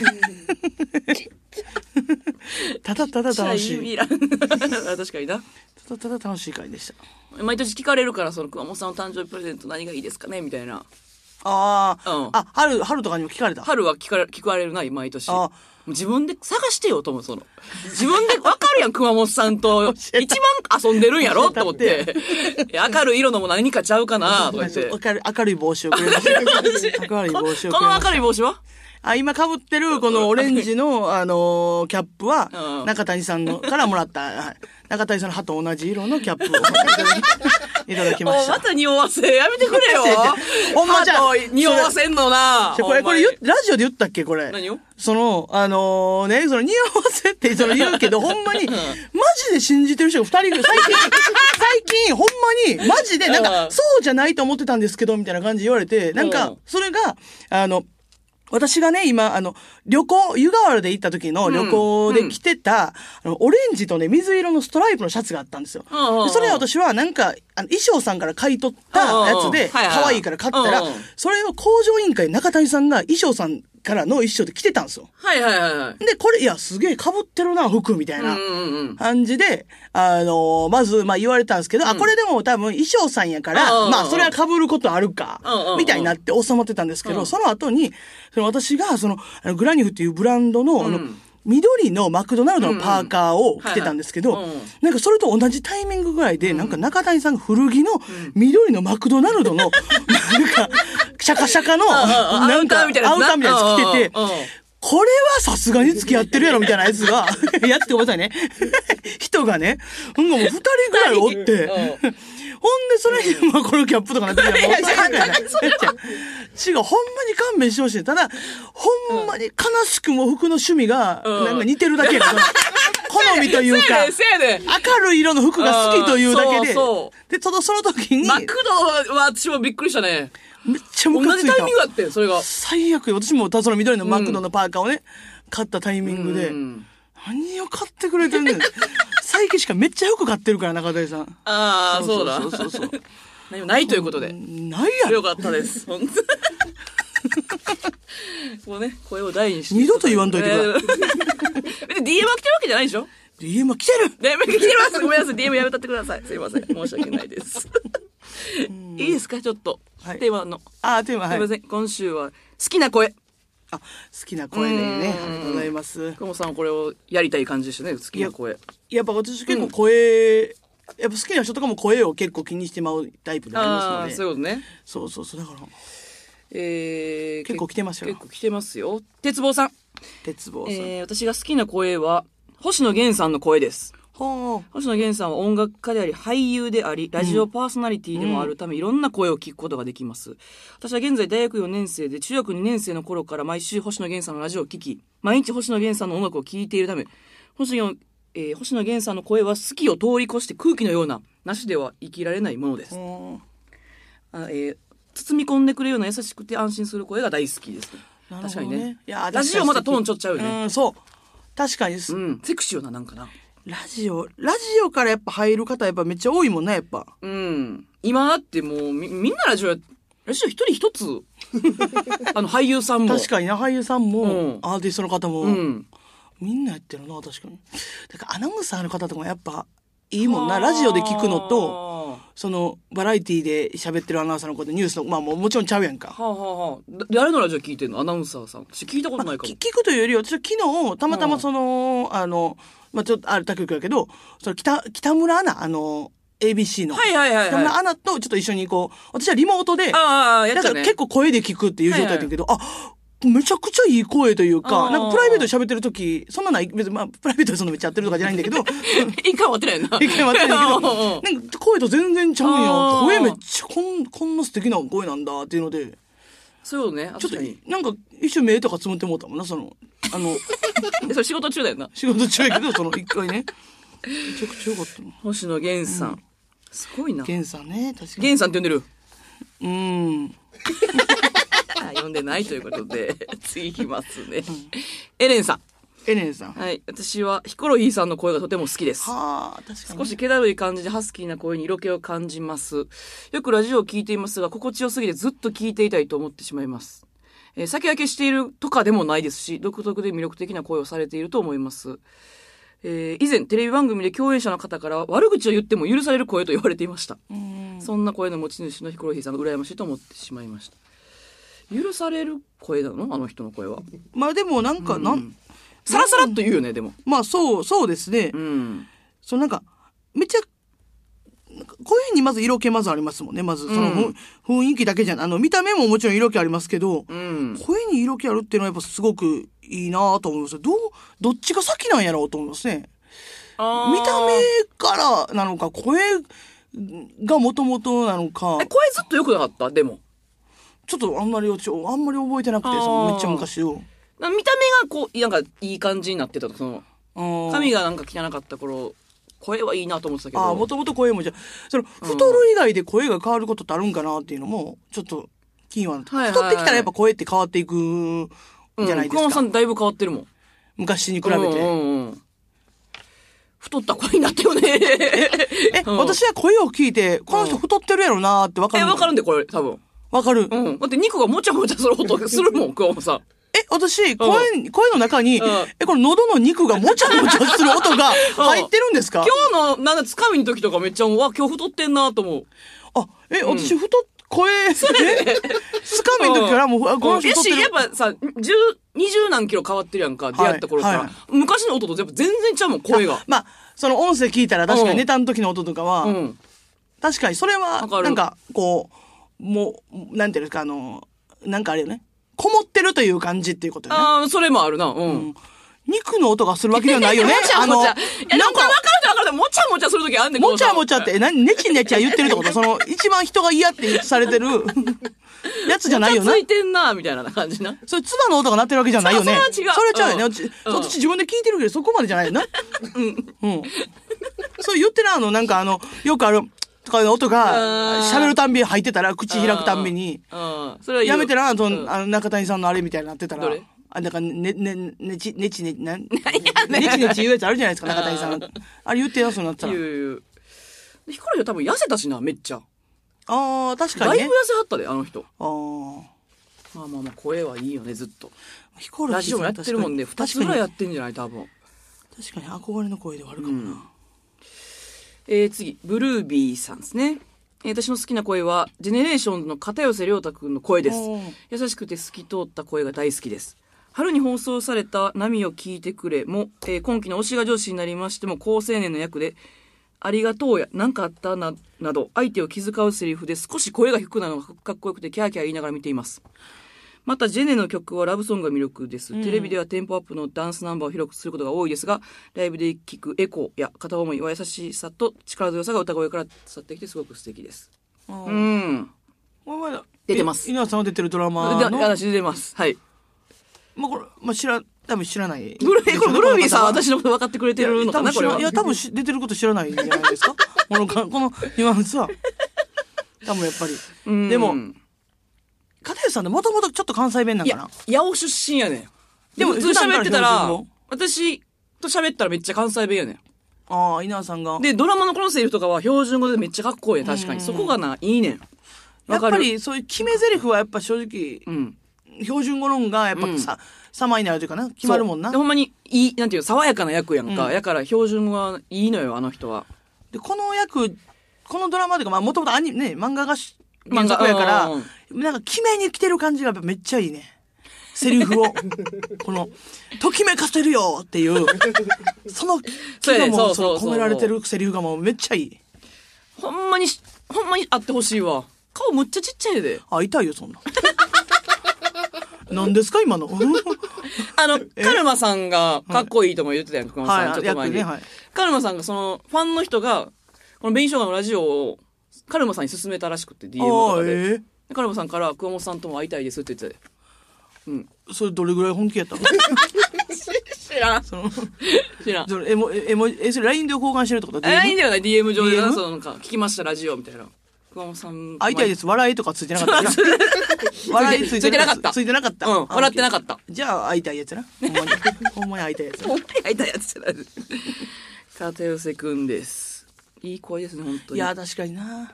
S2: ただただ楽
S5: シャイ
S2: しい。
S5: ミラン *laughs* 確かにな。
S2: ただただ楽しい回でした。
S5: 毎年聞かれるから、その、熊本さんの誕生日プレゼント何がいいですかねみたいな。
S2: ああ、
S5: うん
S2: あ、春、春とかにも聞かれた。
S5: 春は聞かれ、聞かれるない、毎年。
S2: あ
S5: 自分で探してよ、と思う、その。自分で、わかるやん、熊本さん
S2: *laughs*
S5: と。一
S2: えた
S5: 番遊んでるんやろと
S2: 教
S5: 思
S2: え
S5: った
S2: って
S5: て。いや *laughs* 明るい色のも何かちゃうかなとか
S2: *laughs*
S5: 言って。こ
S2: 明るい明るい帽子をくれました。明るい
S5: こ
S2: 帽子をくれま
S5: の
S2: した
S5: 明。るい帽子は
S2: あ、今被ってるこのオレンジの、あのーキャップ
S5: う
S2: は
S5: ん、
S2: 中谷さんのからもらった、はい中谷さんの歯と同じ色のキャップをいただき
S5: も
S2: ま
S5: *laughs* う
S2: した。
S5: ま。た匂わせ。やめてくれよ
S2: ほんまじゃ
S5: 歯と匂わせんのな
S2: で。これ、これ言っ、ラジオで言ったっけこれ。
S5: 何を
S2: その、あのーね、その、匂わせって、その言うけ
S5: *laughs*
S2: ど、ほんまに、マジで信じてる人が二人ぐらい、最近、最近、ほんまに、マジで、なん
S5: う
S2: か、
S5: ん
S2: そうじゃないと思ってたんですけど、みたいな感じで言われて、なん
S5: う
S2: か
S5: ん、
S2: それが、あの、私がね、今、あの、旅行、湯河原で行った時の旅行で着てた、あの、オレンジとね、水色のストライプのシャツがあったんですよ。で
S5: うんうんうん
S2: それ私は、なんか、あの衣装さんから買い取ったやつ
S5: うんうんうん
S2: で、
S5: はいはいはい
S2: 可愛いから買ったら
S5: うんうん、お前
S2: それを工場委員会中谷さんが衣装さんからの衣装で着てたんですよ。
S5: はいはいはいはい。
S2: で、これ、いや、すげえ被ってるな、服、みたいな
S5: うんうんうん。
S2: 感じで、あのーまず、まあ言われたんですけど、あ、これでも多分衣装さんやから、
S5: うんうんうん
S2: まあそれは被ることあるか
S5: うんうんう、ん
S2: みたいになって収まってたんですけど、その後に、その私が、その、あのグラニフっていうブランドの、あの、緑のマクドナルドのパーカーを着てたんですけ
S5: うん
S2: ど
S5: うんはいはいうん、
S2: なんかそれと同じタイミングぐらいで、なんか中谷さんが古着の緑のマクドナルドの、 *laughs* なんか、シャカシャカの、
S5: うんうん
S2: なんか、
S5: アウターみたいなやつ
S2: アウ
S5: な
S2: ターみたいなやつ着てて
S5: うんうんうん、
S2: これはさすがに付き合ってるやろみたいなやつ
S5: *laughs*
S2: が、やつってごめんなさいね。 *laughs* 人がね、なんかもう二人ぐらいおって、ほんでそれに、まあこのキャップとかなってる
S5: *laughs*
S2: やん。もう二人ぐらいな違う、ほんまに勘弁してほしい。ただ、ほんまに悲しくも服の趣味が、なんか似てるだけや
S5: *laughs*
S2: から、好みという
S5: せや
S2: か
S5: ねん、せやねん。
S2: 明るい色の服が好きというだけ
S5: うん
S2: で
S5: そ、
S2: で、そのその時に、
S5: マクドは私もびっくりしたね。
S2: めっちゃ
S5: 同
S2: ムカつ
S5: じ
S2: い
S5: タ
S2: た
S5: イミングだってんそれが。
S2: 最悪よ私もたその緑のマクドのパーカーをね、買ったタイミングで、
S5: うん
S2: 何を買ってくれてるんだよ *laughs* 最近しかめっちゃ服買ってるから中谷さん
S5: ああ、そうだ。 *laughs*
S2: そうそうそうそう
S5: 何もないということで。
S2: ないやろ
S5: *laughs* よかったです。本当 *laughs* もうね、声を大に
S2: *laughs*
S5: して。
S2: 二度と言わんといてください
S5: えー別に DM は来てるわけじゃないでしょ
S2: DM は来てる
S5: ?DM 来てます。 *laughs* ごめんなさい。DM やめたってください。すいません。申し訳ないです。いいですかちょっと。
S2: はい
S5: テーマの。
S2: あーテーマは
S5: す
S2: い
S5: いません。今週は、好きな声。
S2: あ好きな声でね
S5: うん
S2: ありがとうございます
S5: 久保さんはこれをやりたい感じでしたね。好きな声。
S2: やっぱ私結構声、やっぱ好きな人とかも声を結構気にしてまうタイプであり
S5: ああ
S2: ま
S5: ー、
S2: す
S5: そ
S2: の
S5: う
S2: で
S5: いうことね。
S2: そうそうそうだから
S5: えー、
S2: 結構来てますよ
S5: 結構来てますよ。鉄棒さん。
S2: 鉄棒さん、
S5: えー、私が好きな声は、星野源さんの声です。
S2: ほう
S5: 星野源さんは音楽家であり俳優でありラジオパーソナリティでもあるため、いろんな声を聞くことができます私は現在大学4年生で中学2年生の頃から毎週星野源さんのラジオを聴き毎日星野源さんの音楽を聴いているため星野,、えー星野源さんの声は好きを通り越して空気のようななしでは生きられないものです、
S2: うん
S5: あえー包み込んでくれるような優しくて安心する声が大好きです、
S2: なる
S5: 確
S2: ほ
S5: か
S2: ど
S5: にね
S2: いや
S5: ラジオまだトーンちょっとちゃうよね
S2: んそう確かにです、
S5: うんセクシーよななんかな
S2: ラジオ、ラジオからやっぱ入る方やっぱめっちゃ多いもんね、やっぱ。
S5: うん。今だってもうみ、みんなラジオや、ラジオ一人一 *laughs* つ。あの俳優さんも。
S2: 確かにな、俳優さんも、
S5: うん
S2: アーティストの方も、
S5: うん。
S2: みんなやってるな、確かに。だからアナウンサーの方とかもやっぱいいもんな、ラジオで聞くのと、
S5: は
S2: その、バラエティで喋ってるアナウンサーの方でニュースの、まあもうもちろんちゃうやんか
S5: あ。はあはあ。だ誰のラジオ聞いてんのアナウンサーさん。私聞いたこと
S2: ま
S5: な
S2: あ
S5: いかも。
S2: き聞くというよりは、私は昨日、たまたまその、あの、まあちょっとある他局やけど、その北、北村アナ、あの、ABC の。
S5: はいはいはいはい
S2: 北村アナとちょっと一緒にこう、私はリモートで、
S5: ああ、や
S2: だ
S5: っちゃ
S2: か
S5: う
S2: ら
S5: ね。
S2: 結構声で聞くっていう状態だけど、あめちゃくちゃいい声という
S5: あ
S2: か、
S5: ー
S2: なんかプライベートで喋ってる時、そんなない、別にまあ、プライベートでそんなめっちゃやってるとかじゃないんだけど、 *laughs*
S5: 一回終わってないよな。
S2: 一回待ってんだけど、
S5: *laughs* うん
S2: なんか声と全然ちゃ
S5: あ
S2: うん
S5: ー
S2: や。声めっちゃこん、こんな素敵な声なんだっていうので、
S5: そうよね。
S2: ちょっ
S5: 確かに
S2: と、なんか一瞬目とかつむってもうたもんな、その、あ
S5: *laughs*
S2: の、
S5: えそれ仕事中だよな。
S2: 仕事中やけど、その一回ね。めちゃくちゃよかったもん。
S5: 星野源さん。すごいな。
S2: ゲンさんね、確かに。
S5: 源さんって呼んでる。
S2: うん。
S5: *laughs* あ呼んでないということで、次いきますね。エレンさん。
S2: エレンさん。は
S5: はい、私はヒコロヒーさんの声がとても好きです。
S2: あ、確かに。
S5: 少し気だるい感じでハスキーな声に色気を感じます。よくラジオを聞いていますが、心地よすぎてずっと聞いていたいと思ってしまいます。えー先分けしているとかでもないですし、独特で魅力的な声をされていると思います。えー以前テレビ番組で共演者の方から悪口を言っても許される声と言われていました。そんな声の持ち主のヒコロヒーさんが羨ましいと思ってしまいました。許される声なのあの人の声は。
S2: まあでもなんか、なん、
S5: さらさらっと言うよね、でも。
S2: まあそう、そうですね。
S5: うん。
S2: そのなんか、めっちゃ、なんかこういうふうにまず色気まずありますもんね。まず、そのふ、雰囲気だけじゃなあの、見た目ももちろん色気ありますけど、
S5: うん。
S2: 声に色気あるっていうのはやっぱすごくいいなと思いますよどう、どっちが先なんやろうと思いますね。見た目からなのか、声がもともとなのか
S5: え、、声ずっと良くなかったでも。
S2: ちょっとあんまりよちょ、あんまり覚えてなくて、
S5: あー
S2: そのめっちゃ昔を。
S5: な見た目がこう、なんかいい感じになってたとかその、
S2: 髪
S5: 髪がなんか汚かった頃、声はいいなと思ってたけど。
S2: ああ、もともと声もじゃ、その、太る以外で声が変わることってあるんかなっていうのも、ちょっと、気にはなって、
S5: はいはい
S2: 太ってきたらやっぱ声って変わっていくん
S5: うん
S2: じゃないで
S5: 熊
S2: す
S5: 本
S2: か。
S5: さんだいぶ変わってるもん。
S2: 昔に比べて。
S5: うんうんうん太った声になったよね。
S2: *laughs* え、
S5: うん
S2: 私は声を聞いて、この人太ってるやろなーってわか
S5: え、
S2: る。
S5: わかるんで、これ、多分。
S2: わかる。
S5: うん。だって肉がもちゃもちゃする音するもん、熊本さん。
S2: え、私、声に、声の中に、
S5: うん
S2: え、この喉の肉がもちゃもちゃする音
S5: *laughs*
S2: が入ってるんですか
S5: 今日の、なんか、つかみの時とかめっちゃ、うわ、今日太ってんなと思う。
S2: あ、え、私、太っ、声、え、 *laughs* つかみの時からもう、あこの人
S5: や
S2: 太って
S5: し、
S2: る
S5: やっ。ぱさ、十、二十何キロ変わってるやんか、出会った頃から。
S2: はい
S5: 昔の音とやっぱ全然ちゃうもん、声が。
S2: まあ、その音声聞いたら確か
S5: うん
S2: にネタの時の音とかは、
S5: うん。
S2: 確かにそれは
S5: わか、る
S2: なんか、こう、もう、なんていうんですか、あの、なんかあれよね。こもってるという感じっていうことよね。
S5: ああ、それもあるな。うん。
S2: 肉の音がするわけではない
S5: *laughs*
S2: よね
S5: もち。ゃ
S2: あの、
S5: もち
S2: な
S5: ゃ
S2: ん。
S5: いや、でもこれ分
S2: か、
S5: かると分かると、もちゃもちゃするときあんねん
S2: もちゃもちゃっ。
S5: こ
S2: て、なに、ねちねちゃ言ってるってことその、一番人が嫌ってされて
S5: *laughs*
S2: るやつじゃない
S5: の
S2: よ
S5: 人
S2: な
S5: つ。いてんな、みたいな感じな。
S2: それ、唾の音が鳴ってるわけじゃないよね。
S5: それは違う
S2: ちゃうよね。
S5: うん
S2: うち
S5: うん
S2: 私自分で聞いてるけど、そこまでじゃないよな。うん。うん。そう言ってな、あの、なんかあの、よくある、とかいう音
S5: う
S2: が、
S5: ん
S2: 喋るたんび入ってたら、口開くたんびに、
S5: うん。それは言う
S2: やめてな、そ
S5: うん
S2: の、あの、中谷さんのあれみたいになってたら
S5: どれ。
S2: あ、だから、ね、ね、ねねち、ねちね、
S5: *laughs*
S2: なん、ねちねち言うやつあるじゃないですか、中谷さん。あれ言ってな、そうなったら
S5: 言う。言う。でヒコロヒーは多分痩せたしな、めっちゃ。
S2: ああ、確
S5: だ
S2: か
S5: い
S2: に
S5: ぶ痩
S2: ね。
S5: せはったで、あの人。
S2: ああ。
S5: まあまあまあ、声はいいよね、ずっと。
S2: ヒコロヒーさ
S5: ラジオもやってるもんね。二
S2: 確
S5: つ
S2: か
S5: ぐ
S2: に
S5: らいやってんじゃない多分。
S2: 確かに憧れの声ではあるかもな。
S5: えー、次、ブルービーさんですね。えー私の好きな声は、ジェネレーションズの片寄涼太くんの声です
S2: おー。
S5: 優しくて透き通った声が大好きです。春に放送された波を聞いてくれも、えー今期の推しが上司になりましても、高青年の役で、ありがとうや、なんかあったな、など、相手を気遣うセリフで少し声が低くなるのがかっこよくて、キャーキャー言いながら見ています。またジェネの曲はラブソングが魅力です、テレビではテンポアップのダンスナンバーを広くすることが多いですがライブで聴くエコーや片思いは優しさと力強さが歌声から伝わってきてすごく素敵ですうん
S2: まあまだ
S5: 出てます
S2: い稲田さんが出てるドラマ
S5: で
S2: の。
S5: 話出ますはい
S2: まあこれ、まあ知ら、多分知らない。
S5: ブルー *laughs* これブルービーさんは
S2: この方は
S5: 私のこと分かってくれてるのかなこれはい
S2: や、多分し出てること知らないんじゃないです
S5: *laughs*
S2: か。この、このニュアンスは。多分やっぱり。でも、片寄さんってもともとちょっと関西弁なん
S5: い
S2: か
S5: や
S2: な。
S5: 八尾出身やねんでも普
S2: 普
S5: 通に
S2: 段から
S5: 喋ってたら
S2: 標準語
S5: 私と喋ったらめっちゃ関西弁やねん
S2: ああ、稲田さんが。
S5: でドラマのこのセリフとかは標準語でめっちゃかっこいいね確かにそこがないいねん
S2: や
S5: わ
S2: っ
S5: か
S2: ぱ
S5: る
S2: りそういう決め台詞はやっぱ正直、
S5: ん
S2: 標準語の方がやっぱさ、様になるというかな、決まるもんな
S5: そうで。ほんまに、いい、なんていうの爽やかな役やんか。やから、標準語はいいのよ、あの人は。
S2: で、この役、このドラマというか、まあ、もともとアニメ、ね、漫画がし
S5: 漫
S2: 原
S5: 画
S2: 作やから
S5: うん、
S2: なんか、決めに来てる感じがやっぱめっちゃいいね。セリ
S5: *laughs*
S2: フを。この、ときめかせるよっていう、その、
S5: そう
S2: 気
S5: やね
S2: がも、
S5: そううそうそう
S2: その込められてるセリフがもうめっちゃいい。
S5: ほんまにし、ほんまに会ってほしいわ。顔むっちゃちっちゃいで。
S2: あ、痛いよ、そんな。 *laughs* 何ですか、
S5: *laughs*
S2: 今の。*laughs*
S5: あの、カルマさんがかっこいいとも言ってたやんか、熊さ
S2: は
S5: ん、
S2: い
S5: ちょっと前に、
S2: 役ねはい
S5: カルマさんがその、ファンの人が、この紅生姜のラジオを、カルマさんに勧めたらしくって、DM と
S2: あ
S5: か
S2: あ、
S5: で。
S2: え
S5: でカルマさんから、熊本さんとも会いたいですって言って
S2: えそれどれぐらい本気や
S5: *laughs*
S2: ったの
S5: た。知らん。その、知らん。
S2: それえもええもえ、それ LINE で交換してるってこと
S5: え、いい
S2: DM
S5: んだよね、DM 上でな、
S2: DM？
S5: そのなんか、聞きました、ラジオ、みたいな。熊本さん。。
S2: 会いたいです
S5: *laughs*
S2: す、笑いとかついてなかったな。笑いつ
S5: つ
S2: い
S5: い
S2: て
S5: て
S2: な
S5: な
S2: か
S5: か
S2: っ。
S5: ったた
S2: ついてなかった。
S5: うん
S2: あオッケー
S5: 笑ってなかった。
S2: じゃあ、会いたいやつな。ほん
S5: *laughs*
S2: まにほんまに会いたいやつ。
S5: お前がいたやつじゃない。片寄せくんです。いい声ですね、本当
S2: い
S5: に。
S2: や、確かにな。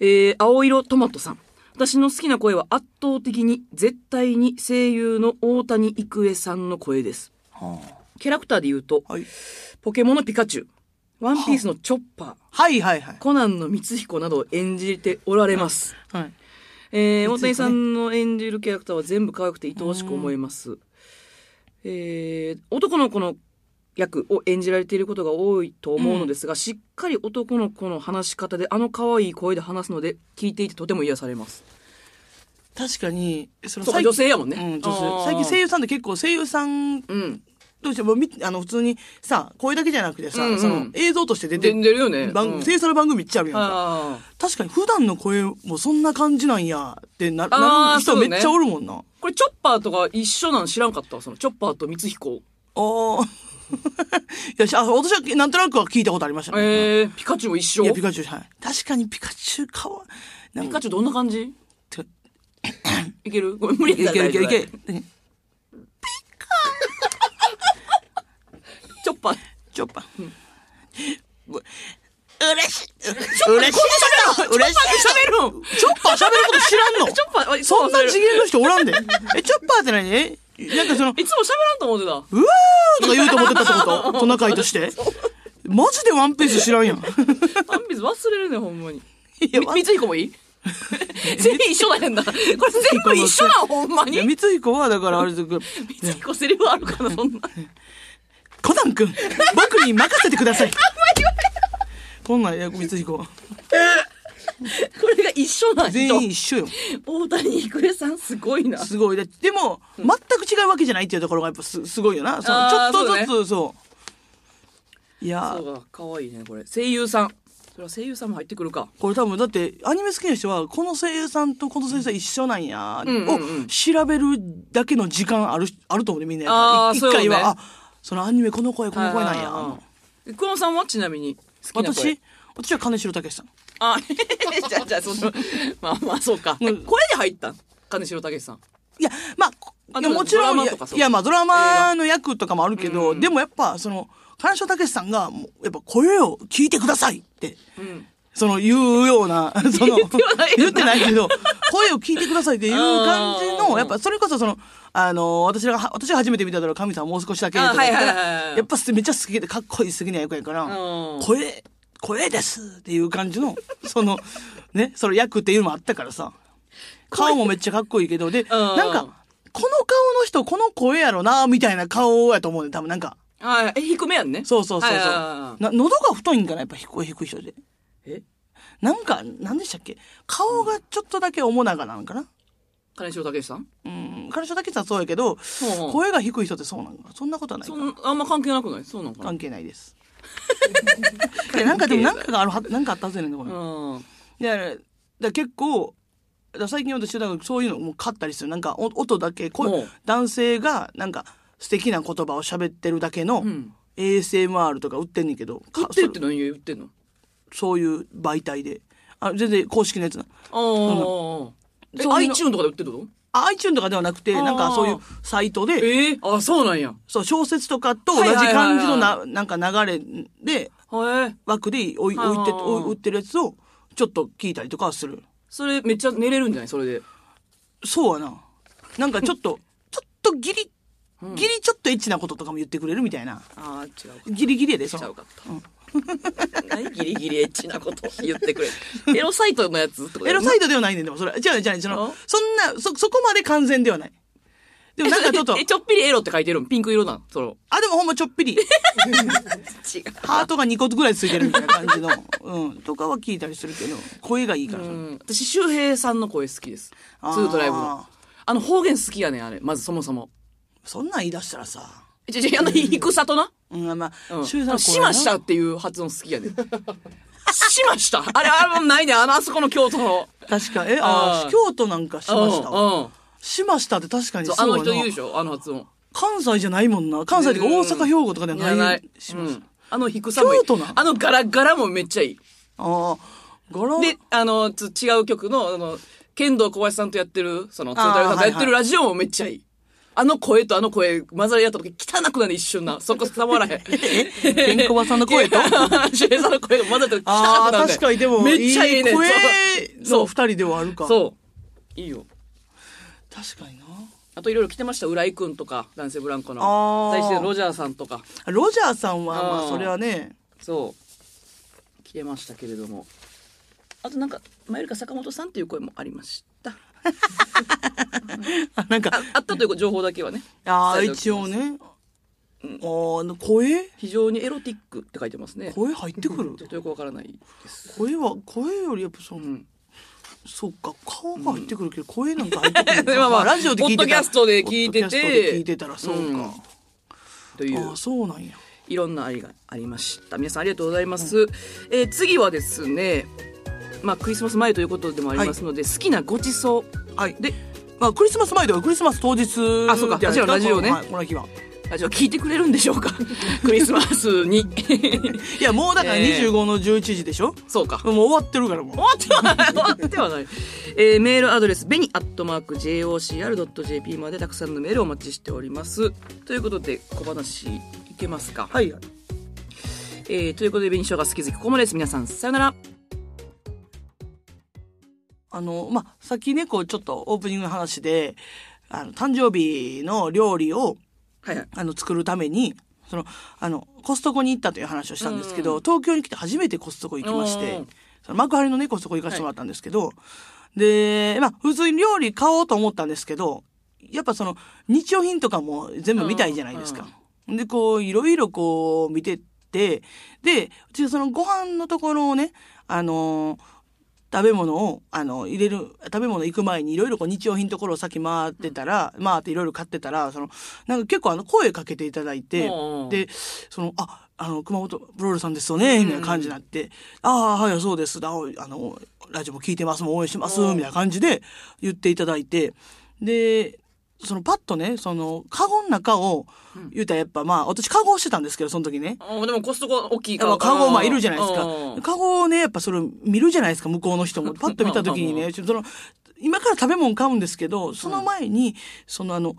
S5: えー、青色トマトさん。私の好きな声は圧倒的に、絶対に声優の大谷育恵さんの声です。キャラクターで言うと、
S2: はい。
S5: ポケモンのピカチュウ、ワンピースのチョッパー、
S2: はいはいはい。
S5: コナンの光彦などを演じておられます。
S2: はい。
S5: えー、大谷さんの演じるキャラクターは全部可愛くて愛おしく思います。えー、男の子の役を演じられていることが多いと思うのですが、しっかり男の子の話し方であの可愛い声で話すので、聞いていてとても癒されます。
S2: 確かに、その
S5: そうか
S2: 最近
S5: 女性やもんね。
S2: うん、女
S5: あ
S2: 性。
S5: ー
S2: 最近声優さんって結構声優さん
S5: うん。
S2: どうしてもみあの普通にさ声だけじゃなくてさ、
S5: うんうん
S2: その映像として出て
S5: 出てるよね
S2: 番
S5: うん
S2: 制作の番組いっちゃうやんか
S5: ああ。
S2: 確かに普段の声もそんな感じなんやってな
S5: あー
S2: なる人
S5: そう
S2: め
S5: ね
S2: っちゃおるもんな
S5: これチョッパーとか一緒なん知らんかったわそのチョッパーと光彦。
S2: ああ *laughs* いやしあ私はなんとなくは聞いたことありましたね、
S5: えー、ピカチュウも一緒
S2: いやピ
S5: ピカ
S2: カチュウはい確かにピカチュウかわなんか
S5: チュウどんな感じ
S2: て
S5: いけるごめん、無理
S2: いけいけいけいけ
S5: チョッパー。
S2: チョッパーうれしい嬉しい嬉しい
S5: 喋るん
S2: チョッパー喋ること知らんの
S5: チョッパー、
S2: そんな次
S5: 元。
S2: 元の人おらんで。え、チョッパーって何えなんかその、
S5: いつも喋らんと思ってた。
S2: うわーとか言うと思ってたって *laughs* ことトナカイとして。マジでワンピース知らんやん。
S5: アンビズ忘れるね、ほんまに。
S2: いや、ワン
S5: み光彦も
S2: *laughs*
S5: いい全員一緒なんだ。これ全部一緒なん、ほんま
S2: いや、
S5: に。
S2: 光彦はだからあれだけど、
S5: 光彦セリフあるかな、そんな。
S2: コナン君、僕に任せてく *laughs* ださい。こんなん、いや、光彦。
S5: これが一緒なん
S2: 全員一緒よ。
S5: 大谷育恵さん、すごいな。
S2: すごい。ででも、全く違うわけじゃないっていうところがやっぱすすごいよな。そのちょ
S5: あ
S2: っ
S5: ー
S2: とずつ、
S5: そ
S2: そう,、いやー
S5: そうか、かわいいね、これ。声優さん。それは声優さんも入ってくるか。
S2: これ多分だってアニメ好きな人はこの声優さんとこの先生一緒なんやを調べるだけの時間あるあると思うねみんなやっぱ
S5: あー
S2: い一
S5: そうよね
S2: 回はあそのアニメこの声この声なんや
S5: あー。久野さんはちなみに好きな声
S2: 私私は金城武さん
S5: あ、 *laughs* じゃあじゃあその、まあまあそうか。
S2: う
S5: 声
S2: ん
S5: で入ったん金城武さん。
S2: いやまあこ
S5: あ
S2: いやもちろんい
S5: ドラマ
S2: や
S5: とかそう
S2: いやまあドラマの役とかもあるけどでもやっぱその金城武さんがもうやっぱ声を聞いてくださいって
S5: うん。
S2: その言うよう
S5: *laughs*
S2: な、その、
S5: 言ってはないよな
S2: 言ってないけど、声を聞いてくださいっていう感じ
S5: う
S2: の、
S5: ん
S2: やっぱそれこそその、あの、私らが、私が初めて見ただろう、神さんもう少しだけとか言った
S5: あはいはいはい
S2: ら、
S5: はい
S2: やっぱめっちゃ好きで、かっこいい好きな役やから
S5: うん、
S2: 声、声ですっていう感じの、その、ね、その役っていうのもあったからさ、顔もめっちゃかっこいいけど、で、なんか、この顔の人、この声やろな、みたいな顔やと思うね、多分なんか。
S5: あえ、低めやんね。
S2: そうそうそうそう。
S5: はいはいはいはい
S2: な喉が太いんかなやっぱ低い低い人で。
S5: え
S2: なんか、なんでしたっけ顔がちょっとだけ面長なのかな
S5: 金城武さん
S2: うん。彼女だけじゃそうやけど、
S5: ほうほう
S2: 声が低い人ってそうなのかそんなことはないか
S5: そんあんま関係なくないそうなんかな
S2: 関係ないです。 *laughs* いやなんかでもなんかがあるは、なんかあったはずやねんこれ。
S5: うん。
S2: だから、だから結構、だから最近私はなんかそういうのも買ったりする。なんかお音だけ、
S5: ほ
S2: 声
S5: う、
S2: 男性がなんか素敵な言葉を喋ってるだけの
S5: ん
S2: ASMR とか売ってんねんけど。
S5: 売
S2: か
S5: ってるって何言ってんの
S2: そういう媒体で。あ全然公式のやつな。
S5: ああ。え、
S2: そういうの
S5: iTune とかで売ってるの
S2: あ iTune とかではなくて、
S5: あー
S2: なんかそういうサイトで、
S5: えー、あ、そうなんや。
S2: そう小説とかと同じ感じのな、なんか流れで、
S5: へえ。
S2: 枠で置い
S5: はいはい
S2: 置いて、置いてるやつを、ちょっと聞いたりとかはする。
S5: それめっちゃ寝れるんじゃないそれで。
S2: そうやな。なんかちょっ
S5: *laughs*
S2: と、ちょっとギリ、ギリちょっとエッチなこととかも言ってくれるみたいな。
S5: ああ、違う。
S2: ギリギリやで、そ
S5: ちゃう
S2: の。
S5: かった。 *laughs* 何ギリギリエッチなこと *laughs* 言ってくれる。エロサイトのやつってこと
S2: エロサ
S5: イ
S2: イトではないねん、でもそれ。違うね、違うね、その
S5: あ、
S2: そんな、そ、そこまで完全ではない。でもなんかちょっと
S5: *laughs* え、、ちょっぴりエロって書いてるんピンク色なんその。
S2: あ、でもほんまちょっぴ
S5: *laughs*
S2: り。
S5: 違う。
S2: ハートが2個ぐらいついてるみたいな感じの、うん、とかは聞いたりするけど、声がいいから。
S5: うん、私、周平さんの声好きです。ツ
S2: あー
S5: ートライブの。あの方言好きやねん、あれ。まずそもそも。
S2: そんなん言い出したらさ、
S5: えちょちょ、あの、戦とな。
S2: うん、ま
S5: う
S2: あ、
S5: ん。
S2: 周平
S5: し
S2: さん
S5: ま
S2: の声な
S5: したっていう発音好きやねん。しましたあれ、あれもないねんあの、あそこの京都の。
S2: 確か、え、あ
S5: う
S2: ー、
S5: ん
S2: 京都なんかしました
S5: うん
S2: わ。
S5: うん。
S2: しましたって確かに
S5: そう、
S2: そ
S5: あ
S2: うやな
S5: の人言うでしょあの発音。
S2: 関西じゃないもんな。関西とか大阪、兵庫とかで
S5: じゃ
S2: はな
S5: ないい。。
S2: しま
S5: う
S2: した
S5: ん。あの低さもいい
S2: 京都なん
S5: あのガラガラもめっちゃいい。
S2: ああ、柄
S5: で、あの、つ違う曲の、あの、剣道小林さんとやってる、その、鶴
S2: あー
S5: 太郎さんとやって
S2: はい
S5: る
S2: は
S5: ラジオもめっちゃいい。あの声とあの声混ざり合った時汚くなる一瞬な。そこ伝わらへん。
S2: *laughs* ケンコバさんの声と
S5: *laughs* シュエさんの声が混ざった時
S2: あ
S5: 汚く
S2: あ、
S5: なるねん。
S2: 確かにでも、
S5: めっちゃいいねん。
S2: 声
S5: そう
S2: の二人ではあるか。
S5: そう。いいよ。
S2: 確かにな。
S5: あといろいろ来てました。浦井くんとか、男性ブランコの。
S2: あー
S5: 対してロジャーさんとか。
S2: ロジャーさんは、ま
S5: うん
S2: あ、それはね、 *laughs*
S5: そう。来てましたけれども。あとなんか、まあよりか坂本さんという声もありました。
S2: あなん
S5: あ
S2: か、
S5: あったという情報だけはね。
S2: ああ、
S5: 伝えて
S2: 一
S5: おきま
S2: 応
S5: す。
S2: ね。あー声
S5: 非常にエロティックって書いてますね。
S2: 声入ってくる
S5: ちょっとよくわからないです。
S2: 声は、声よりやっぱその、
S5: ん
S2: そうか、顔が入ってくるけど、声なんか入ってくるのか。
S5: *laughs* まあまあ
S2: ラジオで聞いてた
S5: ポッドキャストで聞いてて
S2: ポッドキャストで聞いてたら、そうか。
S5: うんという。
S2: ああ、そうなんや。
S5: いろんなありがありました。皆さんありがとうございます。えー次はですね、まあクリスマス前ということでもありますので、好きなごちそう。
S2: はい。
S5: で、
S2: まあ、クリスマス前ではクリスマス当日
S5: あそうか
S2: じゃない
S5: あ違うラジオね
S2: このはいこの日は。
S5: ラジオ聞いてくれるんでしょ *laughs* うかクリスマスに。
S2: いや、もうだから
S5: えー
S2: 25の11時でしょ、
S5: *laughs* そうか。
S2: もう終わってるからもう。
S5: 終わってはない。終わってはない。 *laughs* えーメールアドレス、ベニアットマーク JOCR.jp までたくさんのメールをお待ちしております。ということで、小話いけますか。
S2: はい。
S5: えーということで、紅生姜好き好き、ここまでです。皆さん、さよなら。
S2: あの、まあ、さっきね、こう、ちょっとオープニングの話で、あの、誕生日の料理を、
S5: はいはい。
S2: あの、作るために、その、あの、コストコに行ったという話をしたんですけど、東京に来て初めてコストコ行きまし
S5: う
S2: て
S5: ん、
S2: その幕張のね、コストコ行かせてもらったんですけど、で、まあ、普通に料理買おうと思ったんですけど、やっぱその、日用品とかも全部見たいじゃないですか。で、こう、いろいろこう、見てって、で、うちそのご飯のところをね、あのー食べ物を、あの、入れる、食べ物行く前にいろいろこう日用品のところを先回ってたら、回っていろいろ買ってたら、その、なんか結構あの、声かけていただいて
S5: うんうん、
S2: で、その、あ、あの、熊本ブロールさんですよね、みたいな感じになって、ああ、はい、そうです、ああの、ラジオも聞いてます、もう応援してます、みたいな感じで言っていただいて、で、そのパッとね、その、カゴの中を、言うたらやっぱまあ、私カゴをしてたんですけど、その時ね。
S5: あーでもコストコ大きい
S2: や
S5: か
S2: っ
S5: ら。
S2: ぱカゴまあいるじゃないですか
S5: うん。
S2: カゴをね、やっぱそれ見るじゃないですか、向こうの人
S5: *laughs*
S2: も。パッと見た時に
S5: うんうん
S2: ね、その、今から食べ物買うんですけど、その前に、そのあの、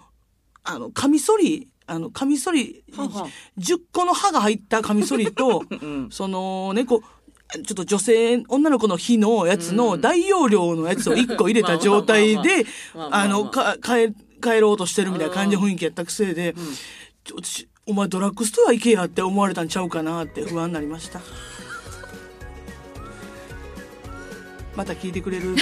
S2: あの、カミソリ、あの、カミソリ、
S5: はは
S2: 10個の刃が入ったカミソリ
S5: *laughs*
S2: と、そのね、こう、ちょっと女性、女の子の火のやつの大容量のやつを1個入れた状態で
S5: *laughs* まあまあまあまあまあ、まあ
S2: あの、か、帰、帰ろうとしてるみたいな感じの雰囲気やったくせで、ちょ私、お前ドラッグストア行けやって思われたんちゃうかなって不安になりました。
S5: *laughs*
S2: また聞いてくれる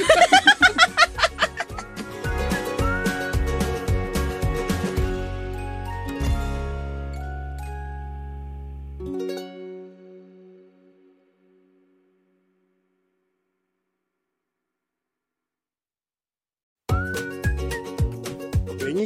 S1: 紅